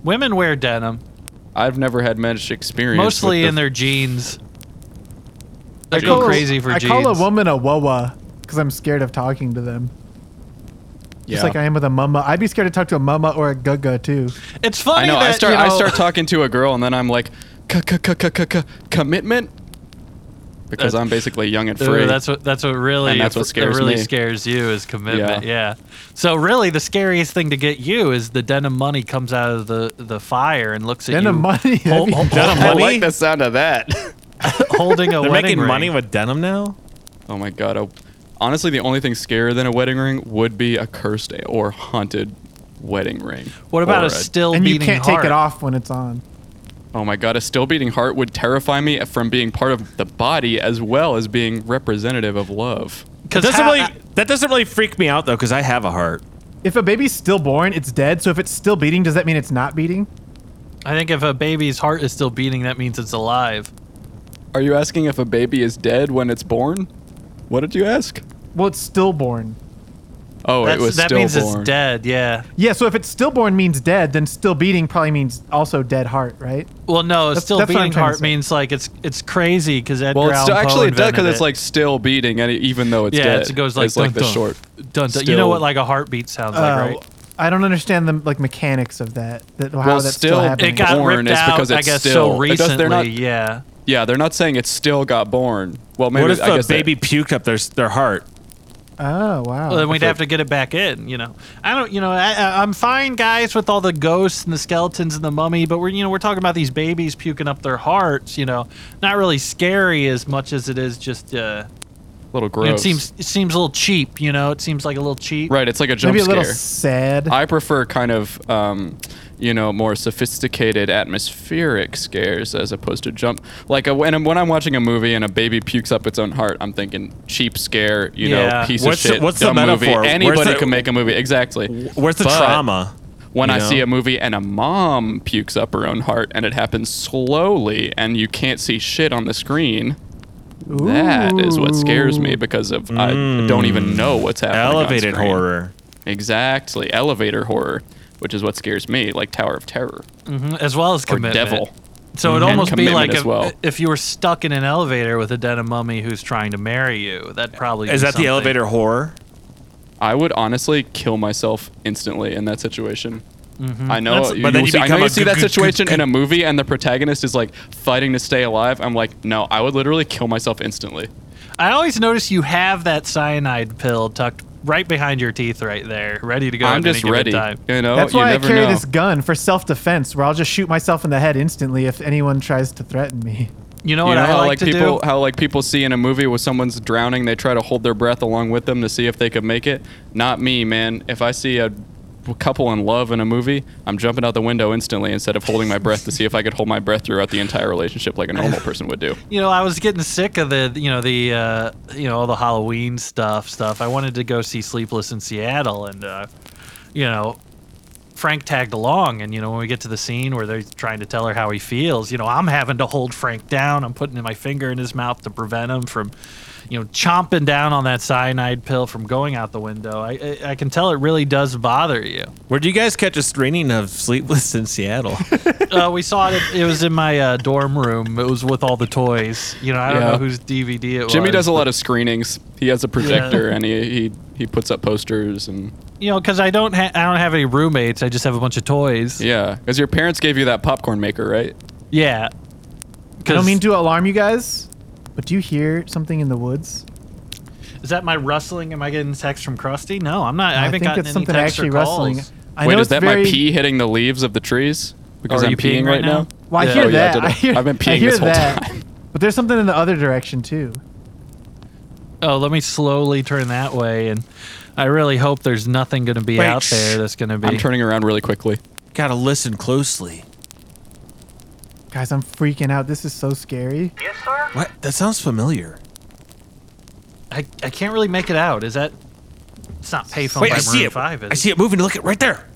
women wear denim
I've never had much experience.
mostly
with
in
the
their jeans. They're
Jeans.
going crazy for
I
jeans.
call a woman a wawa because I'm scared of talking to them. Just like I am with a mama. I'd be scared to talk to a mama or a gaga too.
It's funny.
I know.
That,
I start.
you
I
know-
start talking to a girl, and then I'm like, "C- c- c- c- c- c- commitment, because
That's-
I'm basically young and
Ooh,
free.
that's what that's what really
And that's what
that
scares
really
me.
scares you is commitment.
Yeah.
Yeah. So really, the scariest thing to get you is the denim money comes out of the the fire and looks at
Denim
you.
money?
hol- hol-
Denim
I
hol-
money?
like the sound of that.
holding a
They're
wedding
making
ring.
money with denim now.
oh my god. I, honestly, the only thing scarier than a wedding ring would be a cursed or haunted wedding ring.
What about
Or
a still
and you
beating
can't
heart?
take it off when it's on.
Oh my god, a still beating heart would terrify me from being part of the body as well as being representative of love.
That
Because
doesn't really that doesn't really freak me out though, because I have a heart.
If a baby's stillborn, it's dead. So if it's still beating, does that mean it's not beating?
I think if a baby's heart is still beating, that means it's alive.
Are you asking if a baby is dead when it's born? What did you ask?
Well, it's stillborn.
Oh,
That's,
it was
that
stillborn.
means it's dead. Yeah.
Yeah, so if it's stillborn means dead, then still beating probably means also dead heart, right?
Well, no, it's still
that's what I'm trying
beating
to
heart
say.
means like it's it's crazy because Edgar
Well, it's
Allan
still,
Poe
actually it does because
invented
it's
it.
like still beating, and even though it's
yeah,
dead,
it's- it goes like
it's like
dun,
the
dun,
short.
dun, dun. You know what
still-
like a heartbeat sounds like,
Uh,
right?
I don't understand the like mechanics of that. That how
Well,
that's
still-
still happening.
It got
born
ripped
is
out,
because
I
it's
guess, so
still- it does-
recently.
they're not- Oh,
yeah.
Yeah, they're not saying it still got born. Well, maybe
What if
I
a
guess they-
baby puked up their their heart?
oh wow.
Well, then we'd have to get it back in, you know. I don't, you know, I- I, I'm fine, guys, with all the ghosts and the skeletons and the mummy, but we're, you know, we're talking about these babies puking up their hearts, you know. Not really scary as much as it is just, uh,
little
you
gross.
know, it seems it seems a little cheap, you know. It seems like a little cheap.
right. It's like a jump
Maybe a
scare.
little sad.
I prefer kind of, um, you know, more sophisticated atmospheric scares as opposed to jump. Like a, when, I'm, when I'm watching a movie and a baby pukes up its own heart, I'm thinking cheap scare, you
Yeah.
know, piece
What's the-
of shit.
what's the
dumb
metaphor?
Movie.
Where's
Anybody
the-
can make a movie. Exactly.
Where's the
But
trauma?
When
you
I
know?
see a movie and a mom pukes up her own heart and it happens slowly and you can't see shit on the screen. That is what scares me because of I don't even know what's happening. on
Mm. elevated
screen.
horror.
Exactly. Elevator horror, which is what scares me, like Tower of Terror
Mhm, As well as
or
commitment.
Devil.
So it'd
And
almost be
commitment
like
as
if,
well.
if you were stuck in an elevator with a dead mummy who's trying to marry you. That probably
Is
be
that
something.
the elevator horror?
I would honestly kill myself instantly in that situation. I know,
That's-
you,
but then you
see, I know
become
you
a
see
good-
that
good- good-
situation in
good-
a movie and the protagonist is like fighting to stay alive. I'm like, no, I would literally kill myself instantly.
I always notice you have that cyanide pill tucked right behind your teeth, right there, ready to go.
I'm
at any
just
given
ready.
time.
You know,
That's
you
why I
never
carry
know.
this gun for self-defense, where I'll just shoot myself in the head instantly if anyone tries to threaten me.
You know
You
what
know
I
how
like,
like
to
people
do?
how like people see in a movie where someone's drowning, they try to hold their breath along with them to see if they could make it. Not me, man. If I see a couple in love in a movie, I'm jumping out the window instantly instead of holding my breath to see if I could hold my breath throughout the entire relationship like a normal person would do.
You know, I was getting sick of the, you know, the, uh, you know, all the Halloween stuff. Stuff. I wanted to go see Sleepless in Seattle, and uh, you know, Frank tagged along. And you know, when we get to the scene where they're trying to tell her how he feels, you know, I'm having to hold Frank down. I'm putting my finger in his mouth to prevent him from, you know, chomping down on that cyanide pill from going out the window. I, I, I can tell it really does bother you.
Where do you guys catch a screening of Sleepless in Seattle?
uh, we saw it. It was in my uh, dorm room. It was with all the toys. You know, I don't
Yeah.
know whose DVD it
Jimmy
was.
does a lot of screenings. He has a projector and he, he he puts up posters and
You know, because I don't, ha- I don't have any roommates. I just have a bunch of toys.
yeah. Cuz your parents gave you that popcorn maker, right?
Yeah.
I don't mean
to.
to alarm you guys, but do you hear something in the woods?
Is that my rustling? Am I getting text from Krusty? No, I'm not. I, haven't
think
gotten
it's
any
something
texts or
actually
calls.
rustling. I
Wait,
know
is
it's
that
very-
my pee hitting the leaves of the trees? Because
Are
I'm
you peeing right now?
Well, I
Yeah.
hear
Oh,
yeah,
that.
I did it.
I hear,
I've been
I
peeing
hear
this whole
that.
time.
But there's something in the other direction too.
Oh, let me slowly turn that way, and I really hope there's nothing going to be
Wait,
out
shh.
there that's going to be.
I'm turning around really quickly.
Gotta listen closely.
Guys, I'm freaking out. This is so scary.
What? That sounds familiar.
I, I can't really make it out. Is that? It's not payphone
Wait,
by
I
Maroon
see it.
Five. Is
I see it moving. Look at right there,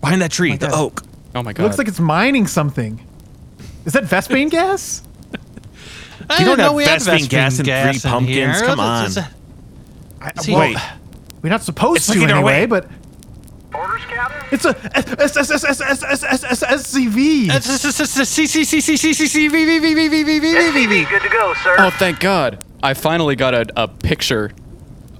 behind that tree, the
God.
oak.
Oh my god.
It looks like it's mining something. Is that Vespine gas?
I
You
didn't
don't
know
have
we had
Vespine gas and three
in here.
pumpkins, come
That's-
on.
that's-
I,
See-
well,
Wait.
we're not supposed
It's
to
looking
anyway,
our way.
but
Orders, Captain?
it's a S- S- S- S- S- S- S- S- S- SCV.
SCV, good to go, sir.
Oh, thank God. I finally got a, a picture.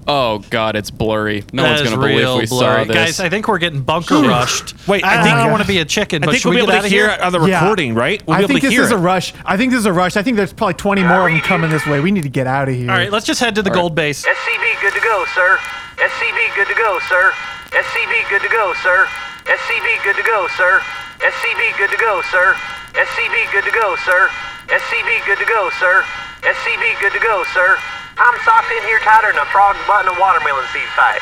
Oh, God, it's blurry. No
That
one's
is
going to believe
real
we
blurry.
saw this.
Guys, I think we're getting bunker rushed.
Hmm. Wait,
I,
I
I,
think-
don't want to be a chicken,
I
but
think
should
we'll be
we get
able
out
to
of
hear
here?
it on the
Yeah.
recording, right? We'll be
I
able
think
to
this
hear
is a
it.
rush. I think this is a rush. I think there's probably 20 more of them coming this way. We need to get out of here.
All right, let's just head to the
All right.
gold base.
SCV, good to go, sir. SCV, good to go, sir. SCV, good to go, sir. SCV, good to go, sir. SCV, good to go, sir. SCV, good to go, sir. SCV, good to go, sir. SCV, good to go, sir. I'm socked in here tighter than a frog button a watermelon seed fight.